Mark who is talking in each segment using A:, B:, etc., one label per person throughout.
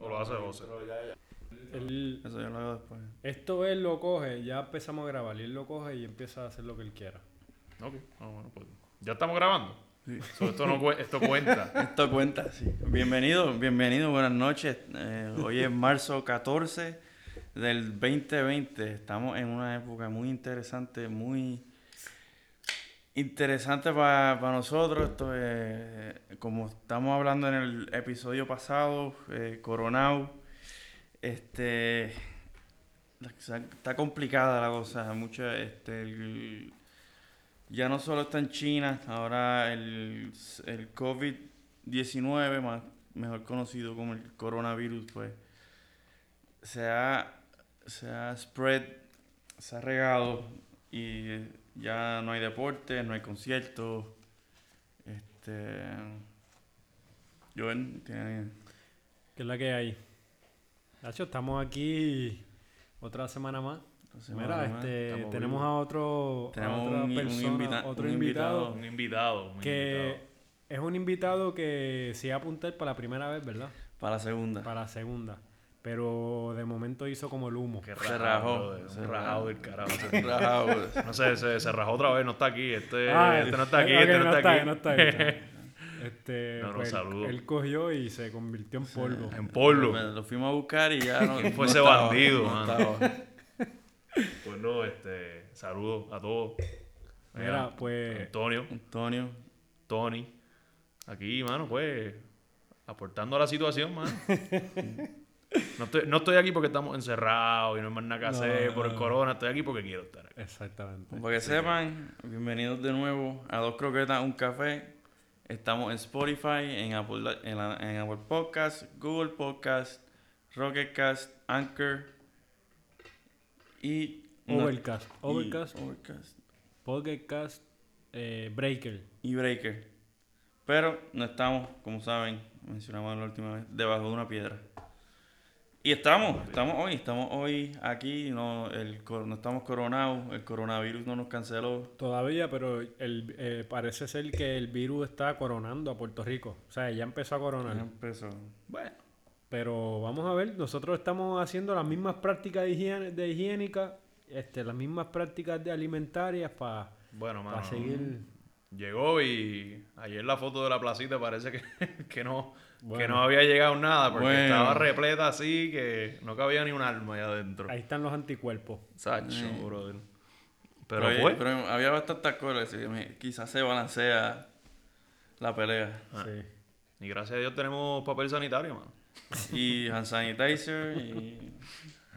A: lo hace José.
B: Él-
C: Eso yo lo hago después.
B: esto él lo coge, ya empezamos a grabar y él lo coge y empieza a hacer lo que él quiera.
A: Ok, no, bueno, pues. Ya estamos grabando.
C: Sí.
A: So, esto, no, cue- esto cuenta.
C: Esto cuenta, sí. Bienvenido, bienvenido, buenas noches. Eh, hoy es marzo 14 del 2020. Estamos en una época muy interesante, muy interesante para nosotros. Esto es, como estamos hablando en el episodio pasado, eh, Coronao, este, la- está complicada la cosa. Mucho, este, el- ya no solo está en China, ahora el, el COVID-19, más- mejor conocido como el coronavirus, pues se ha, se ha spread, se ha regado y eh, ya no hay deporte, no hay conciertos. Este. Joven, tiene.
B: ¿Qué es la que hay? Nacho, estamos aquí otra semana más.
C: no sé,
B: Mira,
C: más.
B: este,
A: estamos
B: tenemos
A: vivos.
B: a otro, a
C: Tenemos
B: otra
C: un- un
B: persona,
C: invita-
B: otro
C: un
B: invitado,
C: invitado.
A: un invitado. Un
B: que
A: invitado.
B: es un invitado que se iba a apuntar para la primera vez, ¿verdad?
C: Para la segunda.
B: Para la segunda. Pero de momento hizo como el humo.
A: Que rajado,
C: Se rajó,
A: brother, un
C: se
A: rajado del carajo.
C: Rajado, pues.
A: No sé, se, se rajó otra vez, no está aquí. Este,
B: Ah,
A: este no está aquí,
B: ok,
A: este no, está aquí.
B: No está ahí, no está ahí. Este,
A: No, no,
B: pues, él-
A: saludo.
B: Él cogió y se convirtió en polvo.
A: En polvo.
C: Me- Lo fuimos a buscar y ya. No,
A: ¿Quién fue
C: no
A: ese
C: estaba,
A: bandido,
C: no
A: mano?
C: estaba.
A: Pues no, este, saludos a todos.
B: Mira, pues
A: Antonio,
C: Antonio.
A: Tony. Aquí, mano, pues, aportando a la situación, mano. No estoy, no estoy aquí porque estamos encerrados y no hay más nada que
B: No,
A: hacer por el
B: no.
A: corona. Estoy aquí porque quiero estar aquí.
B: Exactamente.
C: Para que sepan, bienvenidos de nuevo a Dos Croquetas, un café. Estamos en Spotify, en Apple, en, la- en Apple Podcast, Google Podcast, Rocket Cast, Anchor y...
B: Overcast,
C: y-
B: Overcast,
C: Overcast
B: Podcast, eh, Breaker.
C: y Breaker. Pero no estamos, como saben, mencionamos la última vez, debajo de una piedra. Y estamos, estamos hoy, estamos hoy aquí, no, el, cor- no estamos coronados, el coronavirus no nos canceló,
B: Todavía, pero el, eh, parece ser que el virus está coronando a Puerto Rico. O sea, ya empezó a coronar.
C: Ya empezó.
A: Bueno,
B: Pero vamos a ver, nosotros estamos haciendo las mismas prácticas de, higiene, de higiénica, este, las mismas prácticas de alimentarias para
A: bueno, mano.
B: seguir.
A: Llegó y ayer la foto de la placita parece que, que no que
B: Bueno.
A: no había llegado nada porque
C: Bueno.
A: estaba repleta así que no cabía ni un alma allá adentro.
B: Ahí están los anticuerpos.
A: Sacho, brother. Pero,
C: Pero, oye,
A: pues,
C: pero había bastantes cosas. y me- Quizás se balancea la pelea.
A: Ah.
B: Sí.
A: y gracias a Dios tenemos papel sanitario, mano.
C: Y hand sanitizer y...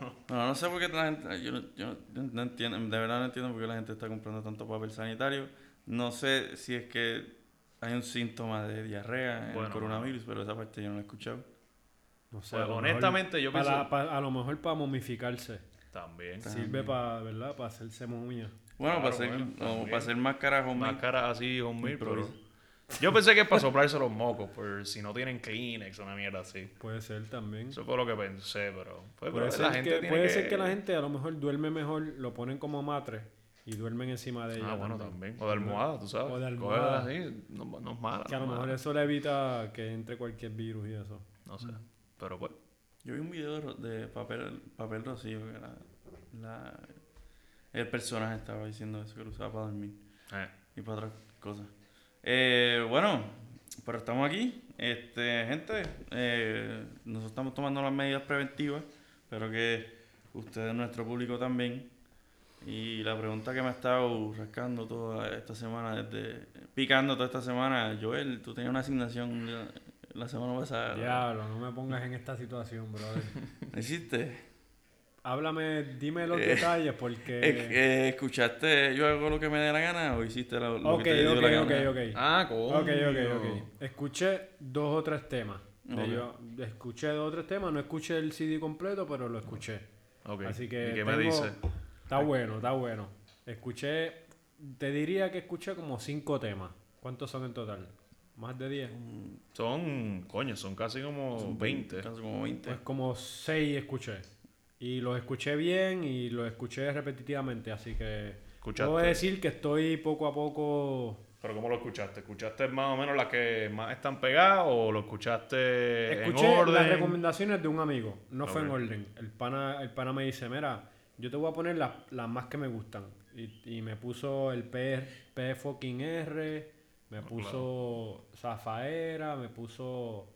C: No. no, sé por qué la gente... Yo, no- yo no- no entiendo, de verdad no entiendo por qué la gente está comprando tanto papel sanitario. No sé si es que hay un síntoma de diarrea en
A: Bueno.
C: el coronavirus, pero esa parte yo no la he escuchado.
B: No sé,
A: Pues,
B: a lo
A: honestamente,
B: mejor
A: yo
B: para-
A: pienso-
B: pa- a lo mejor para momificarse.
A: También.
B: Sirve para, ¿verdad? Para hacerse momia.
C: Bueno, para,
A: Claro,
C: hacer,
A: bueno,
C: o
A: también.
C: para hacer máscaras homemade.
A: Máscara así, hombre, pero...
C: Improvisa.
A: Yo pensé que es para soplarse los mocos, por si no tienen Kleenex o una mierda así.
B: Puede ser también.
A: Eso fue lo que pensé, pero... pues,
B: puede
A: pero
B: ser, que,
A: tiene
B: puede ser que la gente a lo mejor duerme mejor, lo ponen como matre y duermen encima de ella.
A: Ah, bueno, también. O de almohada, tú sabes.
B: O de
A: Cógela
B: almohada.
A: así, no, no es mala.
B: Que a
A: no
B: lo
A: es
B: mejor
A: mala.
B: eso le evita que entre cualquier virus y eso.
A: No sé. Pero pues...
C: Yo vi un video de, ro- de papel, papel rocío que la, la- el personaje estaba diciendo eso, que lo usaba para dormir
A: eh,
C: y para otras cosas. Eh, bueno, pero estamos aquí. Este, gente, eh, nosotros estamos tomando las medidas preventivas, pero que ustedes, nuestro público también. Y la pregunta que me ha estado rascando toda esta semana, desde, picando toda esta semana, Joel, tú tenías una asignación la, la semana pasada.
B: Diablo, no me pongas en esta situación, brother.
C: ¿La hiciste?
B: Háblame, dime los
C: Eh,
B: detalles porque...
C: Eh, eh, ¿Escuchaste yo hago lo que me dé la gana o hiciste lo, lo
B: ok,
C: que te dio
B: ok,
C: la
B: ok,
C: gana?
B: ok.
A: Ah, coño.
B: Ok, ok, ok. Escuché dos o tres temas. de
C: Ok.
B: yo- escuché dos o tres temas, no escuché el CD completo, pero lo escuché.
A: Ok,
B: Así que.
A: ¿Y qué me
B: tengo-
A: dice?
B: Está bueno, está bueno. Escuché, te diría que escuché como cinco temas. ¿Cuántos son en total? ¿Más de diez?
A: Son, coño, son casi como 20.
C: Casi como 20.
B: Pues como seis escuché. Y los escuché bien y los escuché repetitivamente, así que.
A: Escuchaste.
B: Puedo decir que estoy poco a poco
A: Pero ¿cómo lo escuchaste? ¿Escuchaste más o menos las que más están pegadas o lo escuchaste
B: Escuché
A: en
B: las
A: orden?
B: recomendaciones de un amigo, no fue en
A: Ok.
B: orden. El pana, el pana me dice, mira, yo te voy a poner las, las más que me gustan. Y, y me puso el P, P fucking R,
A: Ah,
B: me puso Zafaera, me puso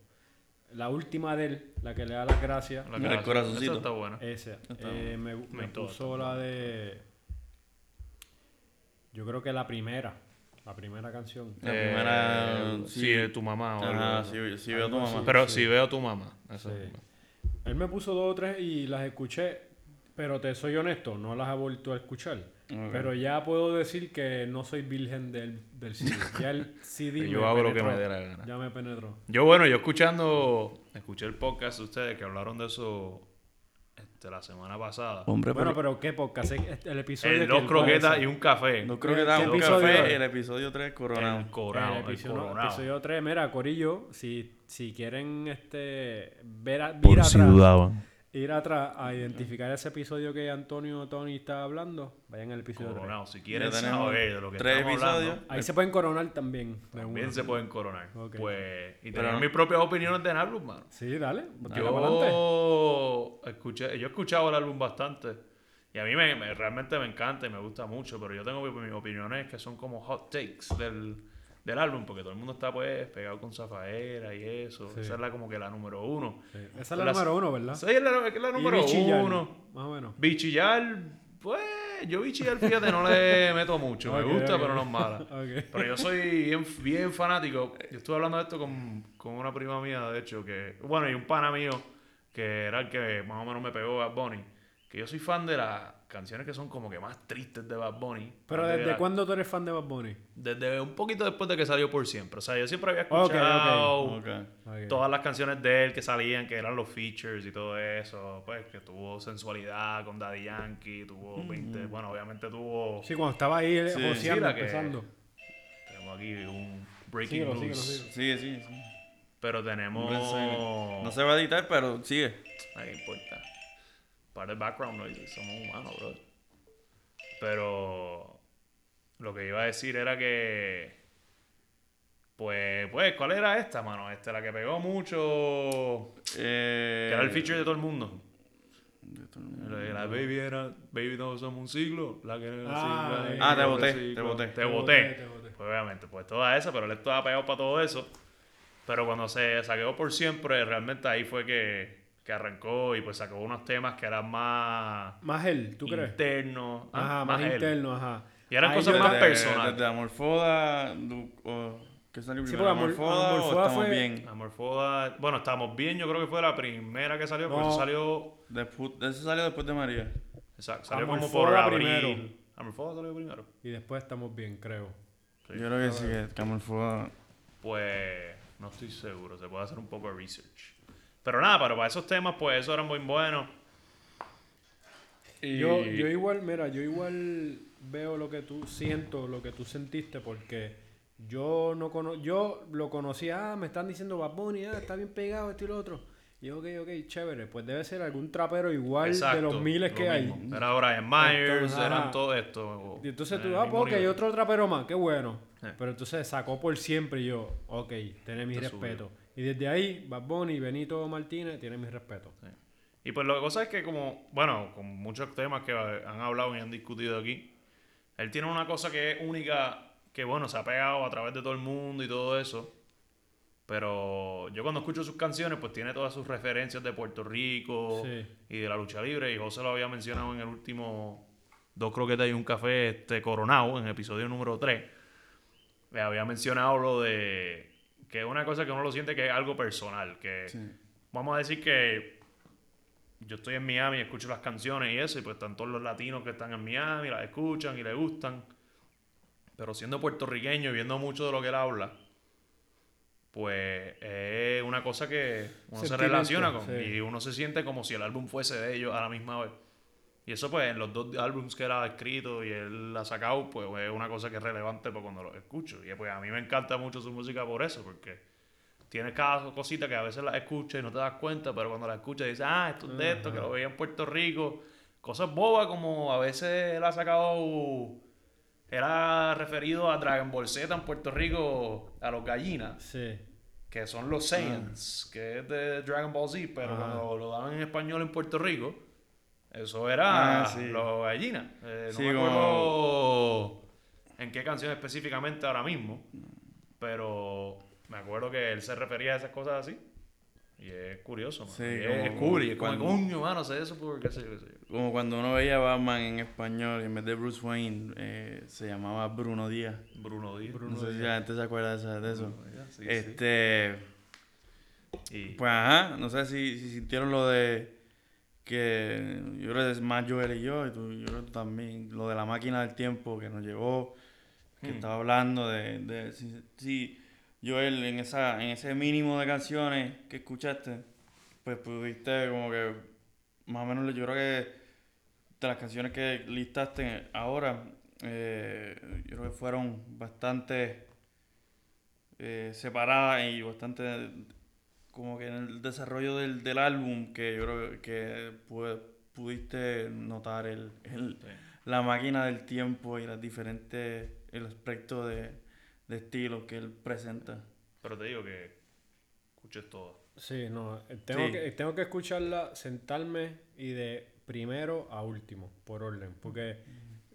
B: la última de él, la que le da las gracias.
A: La
C: El
A: gracia.
C: corazoncito.
A: Esa Ah, está buena.
B: Esa.
C: Está
B: Eh, me me
A: todo,
B: puso la de... Yo creo que la primera, la primera canción.
C: La primera,
A: Eh,
C: sí.
A: sí, de tu mamá. o
C: Ajá,
A: algo.
C: sí, sí veo a tu
B: Algo así.
C: mamá.
A: Pero si veo a tu mamá. Esa.
B: Sí. Él me puso dos o tres y las escuché, pero te soy honesto, no las he vuelto a escuchar. Pero ya puedo decir que no soy virgen del, del CD. Ya el CD
A: Yo
B: me
A: hago lo que
B: penetró.
A: me dé la gana.
B: Ya me penetró.
A: Yo, bueno, yo escuchando, escuché el podcast de ustedes que hablaron de eso este, la semana pasada.
C: Hombre,
B: Bueno, pero ¿qué podcast? Es El episodio...
A: Eh,
B: que
A: dos
B: él
A: croquetas
B: puede
A: y un café.
C: no creo que
B: ¿qué
C: da un
B: episodio
C: café
B: es?
C: el episodio 3
A: El
C: coronado.
A: coronado.
B: El
A: El
B: episodio,
A: coronado.
B: episodio 3. Mira, Corillo, si, si quieren este, ver a, ir
A: Por
B: atrás,
A: si dudaban.
B: ir atrás a identificar ese episodio que Antonio Tony está hablando, vayan al episodio 3.
A: Coronado. Si quieren
C: Ya tenemos
A: saber de lo que
C: tres
A: estamos
C: episodios.
A: hablando,
B: Ahí se pueden coronar también. de
A: también
B: una.
A: se pueden coronar.
B: Ok.
A: Pues, y
C: Pero
A: tener
C: no.
A: mis propias opiniones de álbum, mano.
B: Sí, dale. tira para adelante.
A: Yo escuché, yo he escuchado el álbum bastante. Y a mí me, me- realmente me encanta y me gusta mucho, pero yo tengo mi- mis opiniones que son como hot takes del, del álbum, porque todo el mundo está pues pegado con Zafaera y eso.
B: Sí.
A: Esa es la como que la número uno.
B: Sí. Eh, Esa es la
A: Las-
B: número uno, ¿verdad?
A: Sí, es la, es la
B: Y
A: número
B: Vichy Yard,
A: uno.
B: Más o menos.
A: Bichillar, pues yo bichillar, fíjate, no le meto mucho.
B: Ok,
A: me gusta,
B: ok.
A: pero no es mala.
B: Ok.
A: Pero yo soy bien, bien fanático. Yo estuve hablando de esto con, con una prima mía, de hecho, que. Bueno, y un pana mío, que era el que más o menos me pegó Bad Bunny. Que yo soy fan de las canciones que son como que más tristes de Bad Bunny.
B: Pero
A: Antes que
B: ¿desde
A: la-
B: cuándo tú eres fan de Bad Bunny?
A: Desde un poquito después de que salió por siempre. O sea, yo siempre había
B: Ok, ok.
A: escuchado
C: Ok.
B: Ok.
A: todas las canciones de él que salían, que eran los features y todo eso. Pues que tuvo sensualidad con Daddy Yankee, tuvo
B: Mm.
A: 20. Bueno, obviamente tuvo.
B: Sí, cuando estaba ahí eh,
C: Sí.
A: Sí,
B: joseando,
A: la que-
B: empezando.
A: Tenemos aquí un Breaking
B: Síguelo,
A: News.
B: síguelo, síguelo.
C: Sigue, sigue, sigue.
A: Pero
C: Hombre,
A: tenemos.
C: sigue. No se va a editar, pero sigue.
A: Ay, qué importa. Para el background noises, somos humanos, bro. Pero lo que iba a decir era que. Pues, pues, ¿cuál era esta, mano? Esta, la que pegó mucho.
C: Eh,
A: Que era el feature de todo el mundo.
C: de todo el mundo.
A: La, la baby era. Baby, no somos un siglo. La que era
B: Ah,
A: siglo,
B: eh.
A: la que
C: Ah, te
A: era
C: boté,
A: siglo.
C: te boté.
A: Te
B: boté,
A: boté.
B: te boté.
A: Pues, obviamente, pues toda esa, pero él estaba pegado para todo eso. Pero cuando se saqueó por siempre, realmente ahí fue que, que arrancó y pues sacó unos temas que eran más
B: Más él, ¿tú crees?
A: internos. ah,
B: Ajá, más,
A: él.
B: interno, ajá.
A: Y eran
B: Ahí
A: cosas
B: yo-
A: más
C: Desde-
A: personal.
C: Desde Amorfoda, du- o- ¿qué salió
B: Sí,
C: primero?
B: porque Amor-
C: Amorfoda, o
B: Amorfoda
C: estamos
B: fue-
C: bien.
A: Amorfoda. Bueno, estamos bien, yo creo que fue la primera que salió, porque
B: No.
A: eso salió.
C: Despu- eso salió después de María.
A: Exacto, salió como por
B: Amorfoda
A: abril.
B: primero.
A: Amorfoda salió primero.
B: Y después estamos bien, creo.
A: Sí.
C: Yo creo que sí, que Amorfoda.
A: Pues no estoy seguro, se puede hacer un poco de research. Pero nada, pero para esos temas, pues eso eran muy buenos. Y-
B: Yo, yo igual, mira, yo igual veo lo que tú siento, lo que tú sentiste, porque yo no cono yo lo conocía, ah, me están diciendo Bad Bunny, ah, está bien pegado esto y lo otro. Y yo, ok, ok, chévere, pues debe ser algún trapero igual de los miles
A: lo
B: que hay.
A: mismo. Era Brian Myers,
B: Entonces, ajá.
A: eran todo esto. o-
B: Y entonces
A: en
B: tú,
A: el
B: ah,
A: mismo
B: pues, ok,
A: nivel.
B: otro trapero más, qué bueno.
A: Eh.
B: Pero entonces sacó por siempre y yo, ok, tiene mi
A: Te
B: respeto. Y desde ahí, Bad Bunny, Benito Martínez, tiene mi respeto.
A: Sí. Y pues la cosa es que como, bueno, con muchos temas que han hablado y han discutido aquí, él tiene una cosa que es única, que bueno, se ha pegado a través de todo el mundo y todo eso. Pero yo cuando escucho sus canciones, pues tiene todas sus referencias de Puerto Rico
B: Sí.
A: y de la lucha libre. Y José lo había mencionado en el último Dos Croquetas y un Café este, Coronado, en el episodio número 3. Le había mencionado lo de que es una cosa que uno lo siente que es algo personal. Que
C: Sí.
A: vamos a decir que yo estoy en Miami, escucho las canciones y eso, y pues están todos los latinos que están en Miami, las escuchan y les gustan. Pero siendo puertorriqueño y viendo mucho de lo que él habla, pues es una cosa que uno se
B: Sentimiento,
A: relaciona con.
B: sí.
A: Y uno se siente como si el álbum fuese de ellos a la misma vez. Y eso, pues, en los dos álbums que él ha escrito y él ha sacado, pues es una cosa que es relevante para cuando lo escucho. Y pues a mí me encanta mucho su música por eso, porque tienes cada cosita que a veces las escuchas y no te das cuenta, pero cuando las escuchas dices, ah, esto es de esto, que lo veía en Puerto Rico. Cosas bobas como a veces él ha sacado era referido a Dragon Ball Z en Puerto Rico, a los gallinas,
B: Sí.
A: que son los
C: Ah.
A: Saiyans, que es de Dragon Ball Z, pero
B: Ah.
A: cuando lo daban en español en Puerto Rico, eso era
C: Ah, sí.
A: los gallinas. Eh, no
C: Sí,
A: me
C: como-
A: acuerdo en qué canción específicamente ahora mismo, pero me acuerdo que él se refería a esas cosas así. Y es curioso, man.
C: Sí,
A: Y
C: como-
A: es, es cool, y es como,
C: cuando-
A: coño, mano, sé eso por qué sé yo, qué sé yo.
C: Como cuando uno veía Batman en español, en vez de Bruce Wayne, eh, se llamaba Bruno Díaz.
A: Bruno Díaz.
C: no sé si la gente se acuerda de esa- de eso.
A: Sí, sí.
C: este.
A: Y-
C: Pues ajá, no sé si, si sintieron lo de que yo creo que es más Joel y yo, y tú, yo creo que tú también, lo de la máquina del tiempo que nos llegó, que
A: Hmm.
C: estaba hablando de, de si, si Joel en, esa, en ese mínimo de canciones que escuchaste, pues pudiste como que más o menos yo creo que de las canciones que listaste ahora, eh, yo creo que fueron bastante eh, separadas y bastante como que en el desarrollo del, del álbum que yo creo que pu- pudiste notar el, el-
A: sí.
C: la máquina del tiempo y las diferentes, el aspecto de, de estilo que él presenta.
A: Pero te digo que escuches todo.
B: Sí, no. eh, Tengo,
C: Sí.
B: Que, tengo que escucharla, sentarme y de primero a último, por orden. Porque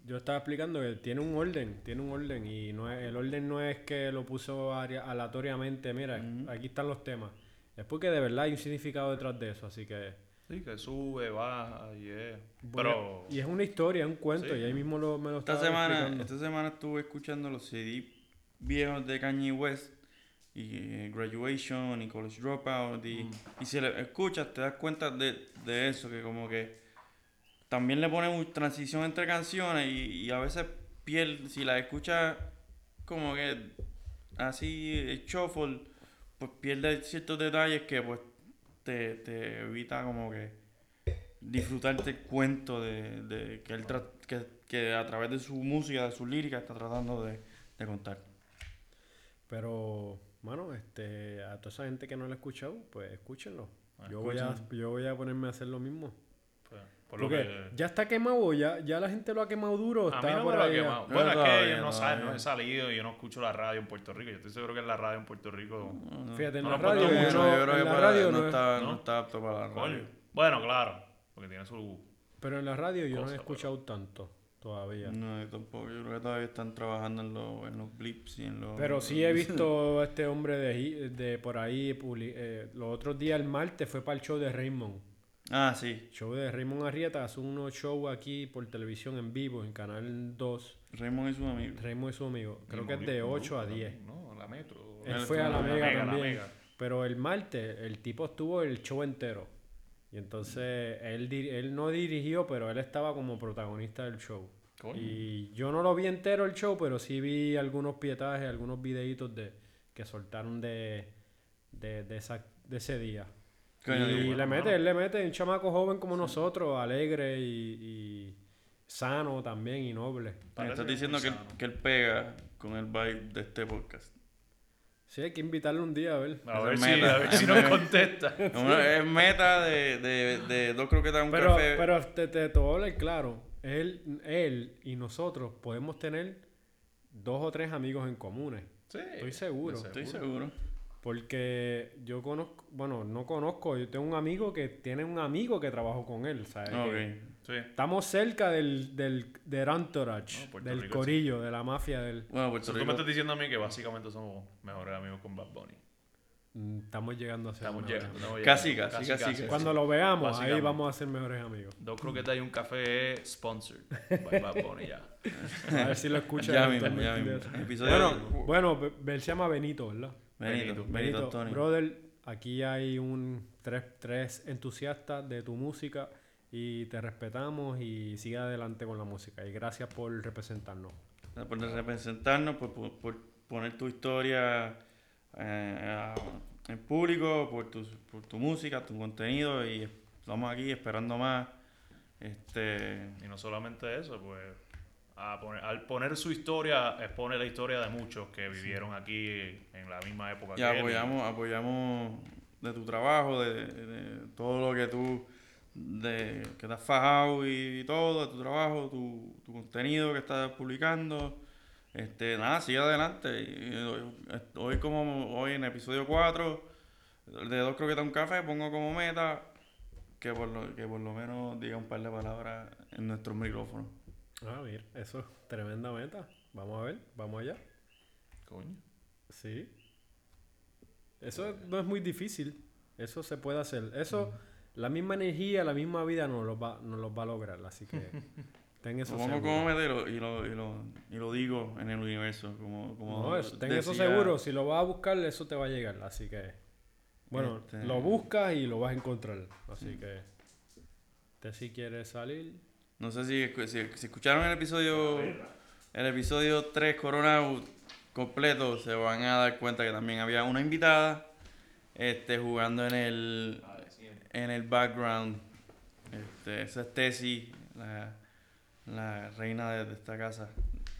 B: yo estaba explicando que tiene un orden, tiene un orden. Y no es- el orden no es que lo puso aria- aleatoriamente, mira,
C: Ujú.
B: aquí están los temas. Es porque de verdad hay un significado detrás de eso, así que...
A: Sí, que sube, baja, y es...
B: bueno,
A: Pero...
B: Y es una historia, es un cuento,
A: Sí.
B: y ahí mismo lo, me lo
C: Esta
B: estaba
C: semana, este
B: explicando.
C: esta semana estuve escuchando los CD viejos de Kanye West y eh, Graduation y College Dropout y,
B: Mm.
C: y si le escuchas te das cuenta de, de eso que como que también le ponen un- transición entre canciones y, y a veces piel si la escuchas como que así eh, shuffle pues pierde ciertos detalles que pues te, te evita como que disfrutarte el este cuento de, de que él tra- que, que a través de su música, de sus líricas, está tratando de, de contar.
B: Pero, bueno, este, a toda esa gente que no la ha escuchado, pues escúchenlo.
A: Ah,
B: Yo voy, a, yo voy a ponerme a hacer lo mismo.
A: pues, por lo
B: Porque
A: que...
B: ya está quemado, ya, ya la gente lo ha quemado duro.
A: A
B: está
A: mí no
B: por
A: me lo ha
B: ahí ya.
A: quemado.
C: No,
A: bueno, es que
C: todavía,
A: yo no,
C: todavía.
A: sal- no he salido, yo no escucho la radio en Puerto Rico. Yo estoy seguro que en la radio en Puerto Rico...
B: Fíjate, en
A: No
B: la
A: lo
B: radio,
A: ponemos
B: yo
A: mucho,
B: no-
C: yo creo
B: en
C: que
B: la
C: para-
B: radio
C: no,
B: no es-
C: está,
A: ¿no?
C: no está apto para la radio.
A: Coño. Bueno, claro, porque tiene su...
B: pero en la radio yo no
A: Cosa,
B: he
A: pero-
B: escuchado tanto todavía.
C: No, yo tampoco. Yo creo que todavía están trabajando en, los- en los blips y en los...
B: Pero sí he visto a este hombre de, hi- de por ahí. publi- eh, los otros días, el martes, fue para el show de Raymond.
C: Ah, sí.
B: show de Raymond Arrieta hace unos shows aquí por televisión en vivo, en Canal 2.
C: Raymond y sus amigos.
B: Raymond y su amigo. Creo que es de
A: Molico,
B: 8 a
A: Molico
B: 10.
A: también, No, la metro.
B: Él
C: Él
B: fue a la
C: estuvo
B: mega,
C: en la
A: Mega, la
B: también.
A: Mega.
B: Pero el martes, el tipo estuvo el show entero. Y entonces él, dir- él no dirigió, pero él estaba como protagonista del show.
A: Coño.
B: Y yo no lo vi entero el show, pero sí vi algunos pietajes, algunos videitos de, que soltaron de, de, de esa- de ese día. y
C: Coño, digo,
B: le
A: bueno,
B: mete,
A: mano.
B: él le mete un chamaco joven como nosotros, alegre y, y sano también y noble.
C: Me
A: Parece
C: estás
A: que es
C: diciendo
A: muy
C: que él,
A: sano.
C: que él pega con el vibe de este podcast.
B: Sí, hay que invitarle un día a ver.
A: A ver,
C: es
A: si,
C: meta.
A: a ver si nos contesta.
C: Bueno, es meta de, de, de dos croquetas un
B: Pero,
C: café.
B: pero te, te, te voy a hablar claro. Él, él y nosotros podemos tener dos o tres amigos en comunes.
A: Sí,
B: Estoy seguro.
C: Estoy seguro.
B: Porque yo conozco, bueno, no conozco, yo tengo un amigo que tiene un amigo que trabajó con él, ¿sabes? Que
C: Ah, Ok.
A: Sí.
B: Estamos cerca del, del, del
A: No,
C: Ah,
B: entourage,
A: Puerto
B: del
A: Rico, sí.
B: corillo, de la mafia del...
C: Bueno, pues,
A: O sea, tú
C: Puerto
A: me
C: Rico.
A: estás diciendo a mí que básicamente somos mejores amigos con Bad Bunny.
B: Mm, Estamos llegando a ser
A: Estamos
B: mejores
A: llegando.
B: amigos.
A: estamos
C: Casi,
A: llegando.
C: casi, casi, casi.
B: Cuando lo veamos, ahí
A: Básicamente.
B: vamos a ser mejores amigos.
A: Dos croquetas y un café sponsored by Bad Bunny ya.
B: A ver si lo escuchan.
C: Ya mismo, ya
B: eventualmente.
C: mismo. Episodio.
B: Bueno, bueno, Be- Bel se llama Benito, ¿verdad?
C: Benito, Benito
B: Benito,
C: Antonio.
B: brother, aquí hay un tres, tres entusiastas de tu música y te respetamos y sigue adelante con la música. Y gracias por representarnos.
C: Por representarnos, por, por- por pues, poner tu historia eh, a- en público, por tu, por tu música, tu contenido y estamos aquí esperando más. Este,
A: Y no solamente eso, pues a poner- al poner su historia, expone la historia de muchos que vivieron aquí en la misma época
C: y
A: que él.
C: apoyamos, apoyamos de tu trabajo, de, de todo lo que tú de, que te has fajado y, todo, de tu trabajo, tu, tu contenido que estás publicando. Este, nada, sigue adelante. Y- y hoy como hoy en episodio 4 de dos croquetas un café pongo como meta que por lo, que por lo menos diga un par de palabras en nuestros micrófonos.
B: Ah, mira, eso es tremenda meta. Vamos a ver, vamos allá.
A: Coño.
B: Sí. Eso no es muy difícil. Eso se puede hacer. Eso, la misma energía, la misma vida nos lo va, nos lo va a lograr. Así que ten eso
C: Lo pongo
B: seguro.
C: como meta y lo, y lo, y lo, y lo digo en el universo. Como, como
B: No, es- ten eso
C: decía-
B: seguro. Si lo vas a buscar, eso te va a llegar. Así que, bueno,
C: Este-
B: lo buscas y lo vas a encontrar. Así que, te si quieres salir.
C: No sé si, escu- si, si escucharon el episodio el episodio 3 Corona completo, se van a dar cuenta que también había una invitada este, jugando en el en el background. Este, esa es Tessie, la, la reina de, de esta casa.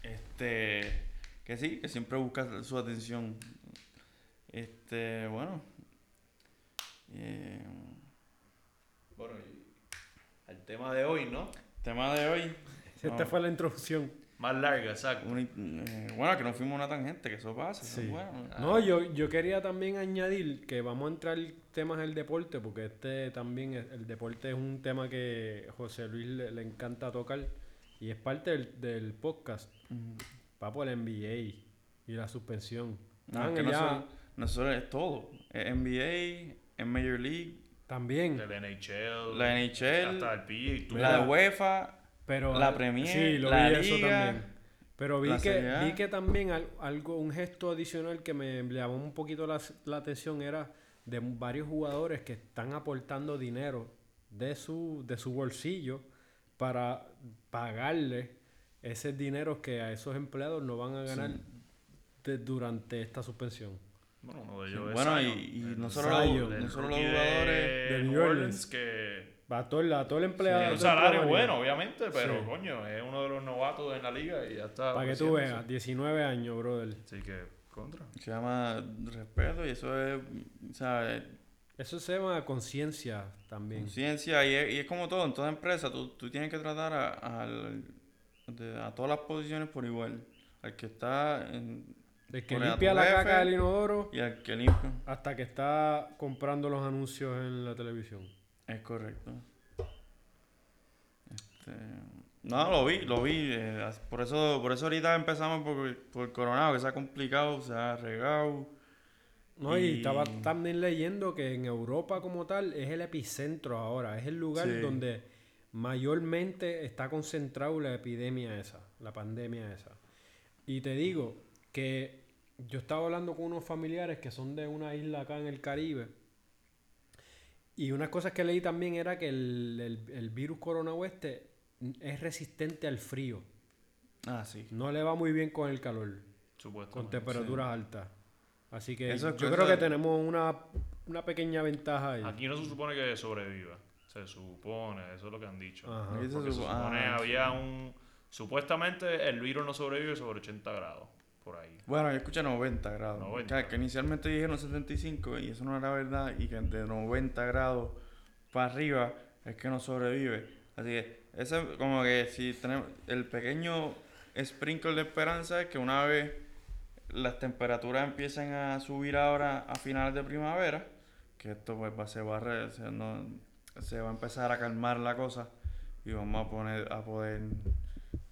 C: Este, que sí, que siempre busca su atención. Este, bueno. Eh,
A: Bueno, el tema de hoy, ¿no?
C: tema de hoy.
B: Esta fue la introducción.
A: Más larga, exacto.
C: Una- eh, bueno, que no fuimos una tangente, que eso pasa. eso es
B: Sí.
C: bueno. ah.
B: No, yo, yo quería también añadir que vamos a entrar temas del deporte, porque este también, es- el deporte es un tema que José Luis le, le encanta tocar y es parte del, del podcast.
C: Ujú.
B: Va por el NBA y la suspensión.
C: No, es
B: Estaban
C: que no,
B: ya-
C: solo, no solo es todo. Eh, Es NBA, es Major League,
B: También,
A: Del NHL.
C: la NHL,
A: Hasta el PG.
B: Mira,
C: la UEFA.
B: pero...
C: la Premier,
B: Sí, lo
C: la
B: vi eso
C: Liga,
B: también. Pero vi
C: la Serie
B: que,
C: A.
B: vi que también al- algo, un gesto adicional que me llamó un poquito la, la atención era de varios jugadores que están aportando dinero de su, de su bolsillo para pagarle ese dinero que a esos empleados no van a ganar de- durante esta suspensión.
A: Bueno, uno de
C: Sí,
A: ellos es
C: bueno, y-
A: Zion,
C: y
A: el
C: no solo
B: los-
A: Zion,
B: no
A: el
C: solo los
A: rookie
C: jugadores
A: de
B: de New
A: New Orleans
B: Orleans.
C: Ah,
A: que
B: A todo, el- a todo el empleado.
A: tiene un
B: del
A: salario
B: programa.
A: bueno, obviamente, pero
B: Sí.
A: coño, es uno de los novatos en la liga y ya está.
B: Para que tú
A: creciéndose.
B: veas, 19 años, brother.
A: Así que, contra.
C: Se llama respeto y eso es, ¿sabes?
B: Eso se llama conciencia también.
C: Conciencia y es, y es como todo. En toda empresa tú, tú tienes que tratar a, al- de- a todas las posiciones por igual. Al que está en-
B: El que
C: Pone a
B: limpia
C: tu
B: la
C: jefe.
B: caca del inodoro
C: y al que limpia.
B: hasta que está comprando los anuncios en la televisión.
C: Es correcto. Este, no, lo vi, lo vi. eh, as- por eso, por eso ahorita empezamos por, por el coronado, que se ha complicado, se ha regado.
B: No, y,
C: Y-
B: estaba también leyendo que en Europa como tal es el epicentro ahora, es el lugar
C: Sí.
B: donde mayormente está concentrado la epidemia esa, la pandemia esa. Y te digo que yo estaba hablando con unos familiares que son de una isla acá en el Caribe. Y unas cosas que leí también era que el, el- el virus corona oeste es resistente al frío.
C: Ah, sí.
B: No le va muy bien con el calor con
A: Supuestamente.
B: temperaturas altas. Así que
C: Eso es
B: yo
C: cosa
B: creo que
C: de-
B: tenemos una, una pequeña ventaja ahí.
A: Aquí no se supone que sobreviva. Se supone, eso es lo que han dicho.
B: Ajá.
C: Aquí se
A: Porque se
C: supo-
A: supone
C: ah,
A: había un. Supuestamente el virus no sobrevive sobre 80 grados. Por ahí.
C: Bueno, yo escuché 90 grados.
A: 90.
C: Claro, Que, inicialmente dijeron 75 y eso no era verdad. Y que de 90 grados para arriba es que no sobrevive. Así que, eso es como que si tenemos el pequeño sprinkle de esperanza es que una vez las temperaturas empiezan a subir ahora a finales de primavera, que esto pues va, se, va a re- se, no- se va a empezar a calmar la cosa y vamos a, poner, a poder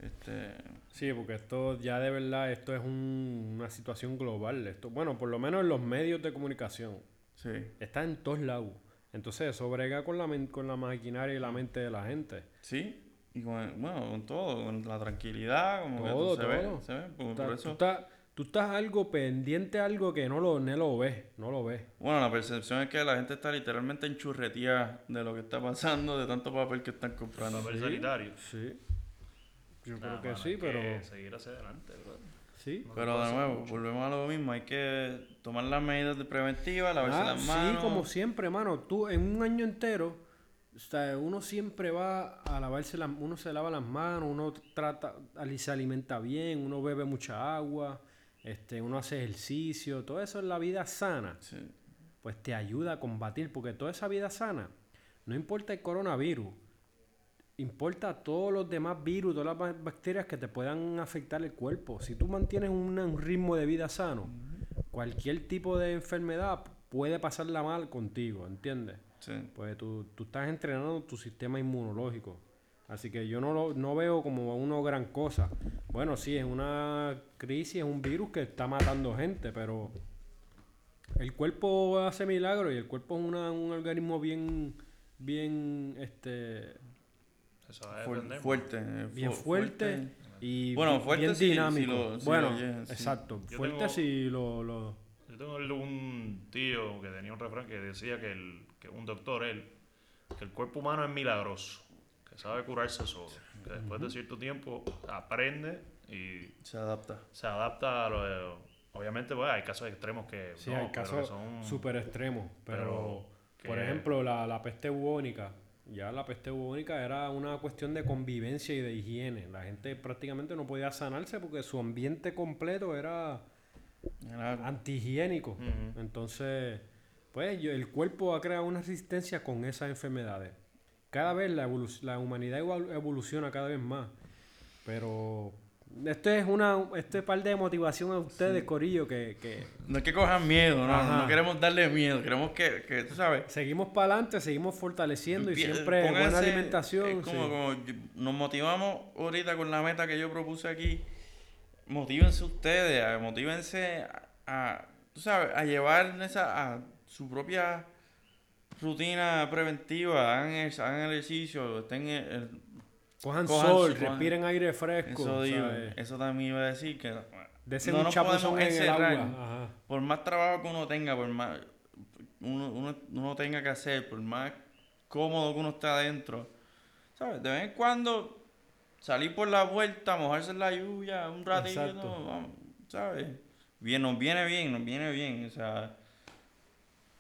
C: este,
B: Sí, porque esto ya de verdad, esto es un- una situación global. Esto, bueno, por lo menos en los medios de comunicación.
C: sí.
B: Está en todos lados. Entonces eso brega con la, men- con la maquinaria y la mente de la gente.
C: Sí, y con, el- bueno, con todo, con la tranquilidad, como
B: Todo,
C: que tú se
B: todo.
C: ve, se ve, por,
B: Está-
C: por
B: tú,
C: eso.
B: estás, tú estás algo pendiente, a algo que no lo, no lo ves, no lo ves.
C: Bueno, la percepción es que la gente está literalmente enchurretía de lo que está pasando, de tanto papel que están comprando.
A: Papel sanitario.
B: Sí. Yo
A: Nah,
B: ¿Ah, creo que
A: mano,
B: sí,
A: hay
B: pero...
A: Ah, que seguir hacia adelante, bro.
B: Sí.
C: Pero de nuevo, volvemos a lo mismo, hay que tomar las medidas de preventivas, lavarse
B: Ah,
C: las manos.
B: Sí, como siempre, mano. Tú en un año entero, o sea, uno siempre va a lavarse las uno se lava las manos, uno trata, ali- se alimenta bien, uno bebe mucha agua, este, uno hace ejercicio, todo eso es la vida sana.
C: Sí.
B: Pues te ayuda a combatir, porque toda esa vida sana, no importa el coronavirus, importa todos los demás virus, todas las ba- bacterias que te puedan afectar el cuerpo. Si tú mantienes una- un ritmo de vida sano, cualquier tipo de enfermedad puede pasarla mal contigo, ¿entiendes?
C: Sí.
B: Pues tú, tú estás entrenando tu sistema inmunológico. Así que yo no, lo, no veo como una gran cosa. Bueno, sí, es una crisis, es un virus que está matando gente, pero el cuerpo hace milagros y el cuerpo es una- un organismo bien, bien, este,
A: Eso es
C: Fuer-
A: depender.
C: fuerte. eh,
B: bien
C: fu-
B: fuerte, y
C: Bueno,
B: bien-
C: fuerte
B: bien
C: si- si
B: dinámico.
C: lo- si
B: bueno,
C: lo llegan, sí.
B: exacto,
A: Yo
B: fuerte
A: tengo-
B: si lo, lo-
A: Yo tengo el- un tío que tenía un refrán que decía que, el, que un doctor, él, que el cuerpo humano es milagroso, que sabe curarse solo, que después de cierto tiempo aprende y
C: Se adapta.
A: se adapta a lo de- Obviamente, pues, hay casos extremos que
B: Sí,
A: no,
B: hay
A: pero que
B: casos
A: son-
B: súper extremos, pero,
A: pero
B: por
A: que-
B: ejemplo, la, la peste bubónica. Ya la peste bubónica era una cuestión de convivencia y de higiene. La gente prácticamente no podía sanarse porque su ambiente completo era
C: Era-
B: antihigiénico.
A: Ujú.
B: Entonces, pues yo- el cuerpo ha creado una resistencia con esas enfermedades. Cada vez la, evolu- la humanidad evol- evoluciona cada vez más. Pero este es una este par de motivación a ustedes, Corillo, que- que
C: No es que cojan miedo, no,
B: Ajá.
C: no queremos darle miedo, queremos que, que tú sabes,
B: Seguimos para adelante, seguimos fortaleciendo y
C: Empie-
B: siempre buena
C: pónganse-
B: alimentación.
C: es como,
B: sí.
C: como yo- nos motivamos ahorita con la meta que yo propuse aquí. Motívense ustedes, a- motívense a, a, tú sabes, a llevar esa, a su propia rutina preventiva, hagan, es- hagan ejercicio, estén en el-
B: Cojan sol,
C: cojan sol, cojan-
B: respiren aire fresco.
C: eso, digo,
B: ¿sabes?
C: eso también iba a decir que
B: Dese
C: no
B: un
C: nos
B: chapuzón
C: podemos
B: en el agua.
C: encerrar.
B: Ajá.
C: por más trabajo que uno tenga, por más uno, uno, uno tenga que hacer, por más cómodo que uno esté adentro, ¿sabes? De vez en cuando salir por la vuelta, mojarse en la lluvia, un ratito,
B: Exacto.
C: vamos, ¿sabes? Bien, nos viene bien, nos viene bien, o sea,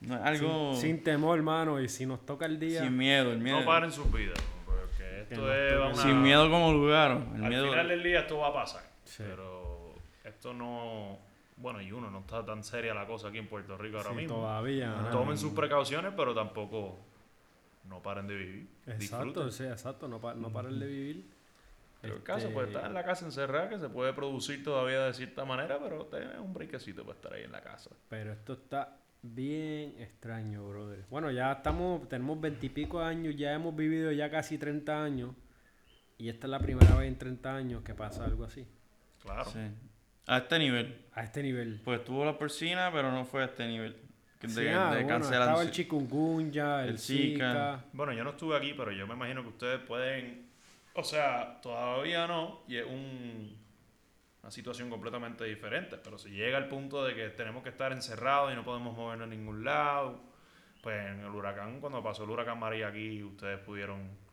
C: no es algo
B: Sin,
C: sin,
B: sin temor, hermano, y si nos toca el día.
C: miedo, el miedo.
A: No paren sus vidas, porque esto
B: no
A: es...
B: toquen.
A: una-
C: sin miedo como lugar, el
A: Al
C: miedo.
A: final del día esto va a pasar.
B: Sí.
A: Pero esto no. Bueno, y uno, no está tan seria la cosa aquí en Puerto Rico ahora
B: sí,
A: mismo.
B: todavía. ajá.
A: Tomen sus precauciones, pero tampoco no paren de vivir.
B: Exacto,
A: Disfruten.
B: sí, exacto. No, pa- no paren de vivir.
A: Pero el caso,
B: Este,
A: pues estar en la casa encerrada, que se puede producir todavía de cierta manera, pero tener un briquecito para estar ahí en la casa.
B: Pero esto está bien extraño, brother. Bueno, ya estamos, tenemos veintipico años, ya hemos vivido ya casi 30 años. Y esta es la primera vez en 30 años que pasa algo así.
A: Claro.
C: sí. A este nivel.
B: A este nivel.
C: Pues tuvo la porcina, pero no fue a este nivel. De,
B: Sí,
C: de
B: ah, bueno,
C: cancelar-
B: estaba el chikungunya, el,
C: el
B: zika.
C: Zika.
A: Bueno, yo no estuve aquí, pero yo me imagino que ustedes pueden. O sea, todavía no, y es un- una situación completamente diferente. Pero si llega el punto de que tenemos que estar encerrados y no podemos movernos a ningún lado, pues en el huracán, cuando pasó el huracán María aquí, ustedes pudieron.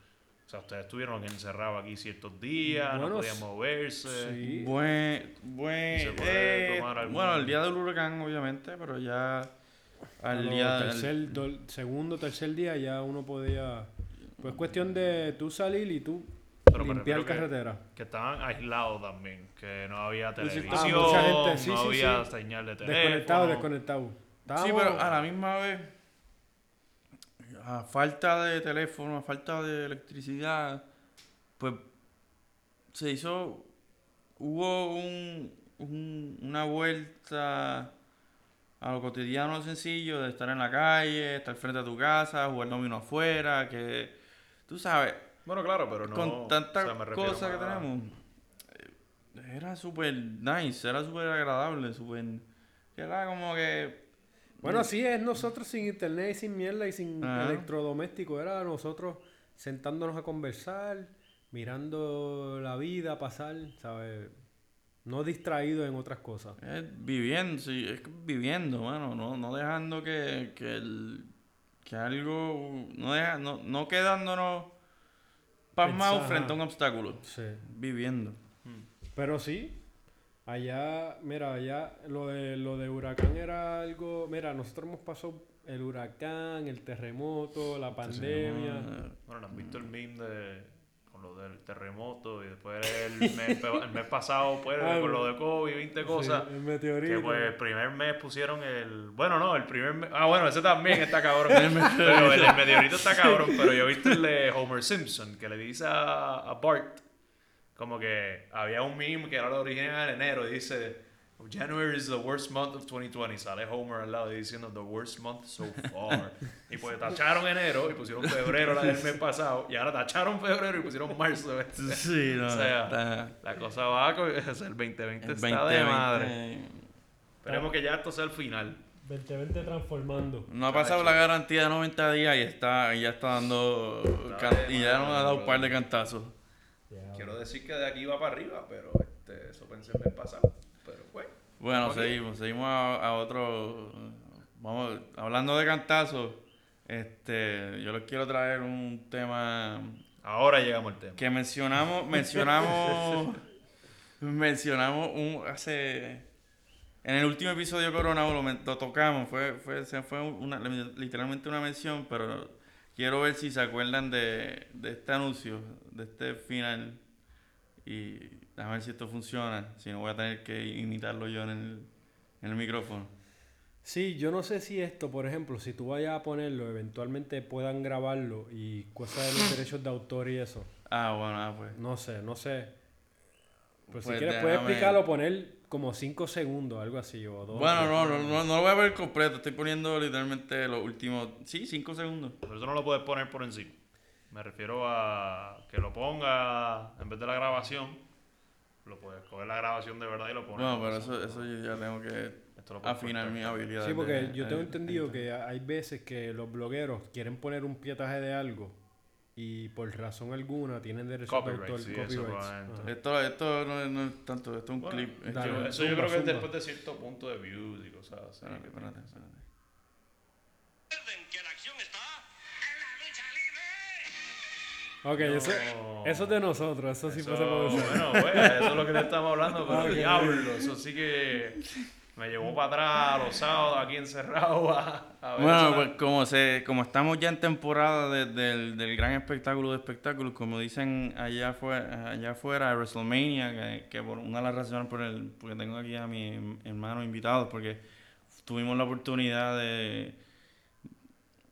A: O sea, ustedes estuvieron encerrados aquí ciertos días,
B: Bueno,
A: no podían
B: sí.
A: moverse.
B: Sí.
C: Buen,
A: Y
C: buen.
A: se puede
C: eh,
A: tomar algún-
C: Bueno, el día del huracán, obviamente, pero ya al
B: Al
C: día del-
B: tercer, dol- segundo, tercer día ya uno podía... Pues cuestión de tú salir y tú
A: Pero me
B: limpiar
A: refiero que-
B: carretera.
A: Que estaban aislados también, que no había
C: Pues sí,
A: televisión,
C: estaba
B: ah, mucha gente, sí,
A: no
B: sí,
A: había
B: sí.
A: señal de teléfono.
B: Desconectado, desconectado.
C: Sí,
B: Estábamos-
C: pero a la misma vez, a falta de teléfono, a falta de electricidad, pues se hizo. Hubo un, un- una vuelta a lo cotidiano sencillo de estar en la calle, estar frente a tu casa, jugar domino afuera, que. Tú sabes,
A: Bueno, claro, pero no.
C: con tantas
A: o sea, me refiero
C: cosas que
A: más a-
C: tenemos. eh, Era súper nice, era súper agradable, súper... que Era como que...
B: Bueno, así es nosotros sin internet y sin mierda y sin
C: Ajá.
B: electrodoméstico. Era nosotros sentándonos a conversar, mirando la vida pasar, ¿sabes? No distraído en otras cosas.
C: eh, viviendo, sí, es que viviendo, mano. No, no dejando que, que, el- que algo... No, deja, no, no quedándonos pasmados
B: Pensá,
C: frente a
B: ajá.
C: un obstáculo.
B: Sí.
C: Viviendo.
B: Pero sí, allá, mira, allá lo de, lo de huracán era algo. Mira, nosotros hemos pasado el huracán, el terremoto, la pandemia.
C: Eh,
A: Bueno, ¿no has visto el meme de con lo del terremoto y después el mes, pe- el mes pasado pues,
B: Ah,
A: con lo de COVID, 20 cosas.
B: Sí, el meteorito.
A: Que pues el primer mes pusieron el. Bueno, no, el primer mes. Ah, bueno, ese también está cabrón. pero el, del meteorito está cabrón. Pero yo he visto el de Homer Simpson, que le dice a, a Bart. Como que había un meme que era lo original en enero. Y dice: January is the worst month of 2020. Sale Homer al lado y diciendo: The worst month so far. y pues tacharon enero y pusieron febrero la del mes pasado. Y ahora tacharon febrero y pusieron marzo.
C: Sí, no,
A: O sea,
C: está-
A: La cosa va. co- El 2020,
C: el
A: está de
C: 2020,
A: madre. Esperemos que ya esto sea el final.
B: 2020 transformando.
C: No ha pasado la garantía de 90 días y está, y ya está dando.
A: Está
C: can-
A: de
C: y ya
A: madre,
C: nos ha dado un par de
A: brother.
C: cantazos.
B: Ya,
A: Quiero decir que de aquí va para arriba, pero este, eso pensé en el pasado. Pero pues, bueno.
C: Bueno,
A: Ok.
C: seguimos, seguimos a, a otro. Vamos, hablando de cantazos, este, yo les quiero traer un tema
A: Ahora llegamos al tema.
C: que mencionamos, mencionamos, mencionamos un, hace, en el último episodio de Corona lo, men- lo tocamos, fue, fue, se fue una, literalmente una mención, pero quiero ver si se acuerdan de, de este anuncio, de este final, y a ver si esto funciona, si no voy a tener que imitarlo yo en el, en el micrófono.
B: Sí, yo no sé si esto, por ejemplo, si tú vayas a ponerlo, eventualmente puedan grabarlo y cosas de los derechos de autor y eso.
C: Ah, bueno, ah, pues.
B: No sé, no sé. Pero si
C: Pues
B: quieres, puedes
C: déjame-
B: explicarlo, poner como 5 segundos, algo así, o dos.
C: Bueno, no, no, no, no lo voy a ver completo, estoy poniendo literalmente los últimos, sí, cinco segundos.
A: Pero eso no lo puedes poner por encima. Me refiero a que lo ponga en vez de la grabación. Lo puedes coger la grabación de verdad y lo pones.
C: Bueno, pero eso, eso yo ya tengo que
A: Esto lo puedes
C: afinar
A: cortar.
C: mi habilidad.
B: Sí, porque yo tengo entendido que hay veces que los blogueros quieren poner un pietaje de algo y por razón alguna tienen derecho de
A: Copyright,
B: autor,
A: sí, eso
B: copyrights.
A: probablemente.
B: Ajá.
C: Esto, esto no, es- no es tanto, esto es un
A: Bueno,
C: clip. este, Esto-
B: dale.
A: Eso yo creo que es
B: Zumba,
A: después de cierto punto de views y cosas así.
C: Espérate, espérate, espérate.
D: Recuerden que la acción está en la lucha libre.
B: Ok, eso,
A: No.
B: eso es de nosotros, eso sí
A: Eso-
B: pasa por nosotros.
A: Bueno, pues, eso es lo que le estamos hablando, pero
B: Ah, ok.
A: diablo, eso sí que me llevó para atrás a los sábados aquí encerrado a, a ver
C: Bueno,
A: esa-
C: pues como, se, como estamos ya en temporada de- del, del gran espectáculo de espectáculos, como dicen allá afuera, allá afuera de WrestleMania, que, que por una de las razones por el, porque tengo aquí a mis hermanos invitados, porque tuvimos la oportunidad de,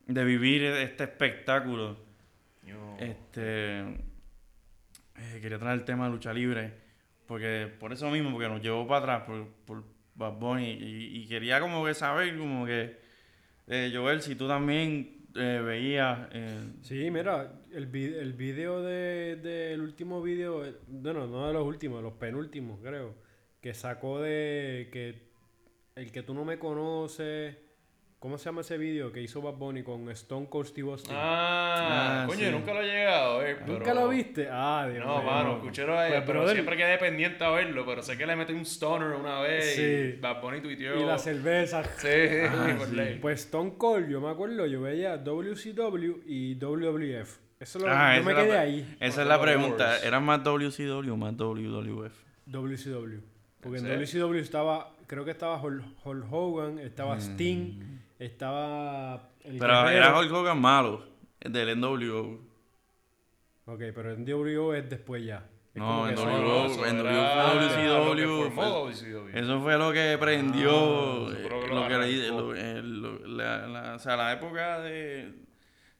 C: de vivir este espectáculo.
A: Yo-
C: Este. eh, quería traer el tema de lucha libre. Porque por eso mismo, porque nos llevó para atrás por, por Bad Bunny. Y, y quería como que saber, como que. eh, Joel, si tú también eh, veías. eh,
B: Sí, mira, el, vi- el video de- del último video, eh, bueno, no de los últimos, de los penúltimos, creo, que sacó de que el que tú no me conoces, ¿cómo se llama ese video que hizo Bad Bunny con Stone Cold Steve Austin?
A: Ah,
C: Ah,
A: coño,
C: sí.
A: nunca lo he llegado a ver, pero-
B: ¿Nunca lo viste? Ah, Dios
A: No,
B: mío.
A: mano, escuchero a
B: Pues,
A: pero
B: brother,
A: siempre quedé pendiente a verlo, pero sé que le metí un stoner una vez y
B: Sí.
A: Bad Bunny tuiteó.
B: Y la cerveza.
A: Sí, por ley.
B: Pues Stone Cold, yo me acuerdo, yo veía WCW y WWF. Eso lo,
C: ah,
B: yo me
C: esa
B: quedé
C: es la pre-
B: ahí,
C: Esa
A: Con
C: es la
A: los
C: pregunta.
A: Wars.
C: ¿Era más WCW o más WWF?
B: WCW. Porque en
A: serio?
B: WCW estaba, creo que estaba Hol- Hulk Hogan, estaba Sting, estaba... El
C: Mm. Pero
B: Guerrero.
C: era Hulk Hogan malo, el del NWO.
B: Ok, pero en WCW es después ya. Es
C: No,
B: como que
C: en
B: son-
C: WWE.
A: No, eso
C: en
A: era
C: WCW,
A: lo que
B: pues,
A: formó WCW.
C: Eso fue lo que
A: Ah,
C: prendió.
A: eso
C: eh,
A: fue lo que lo
C: lo que le-
A: arrancó.
C: lo- el- lo- la, la- o sea, la época de,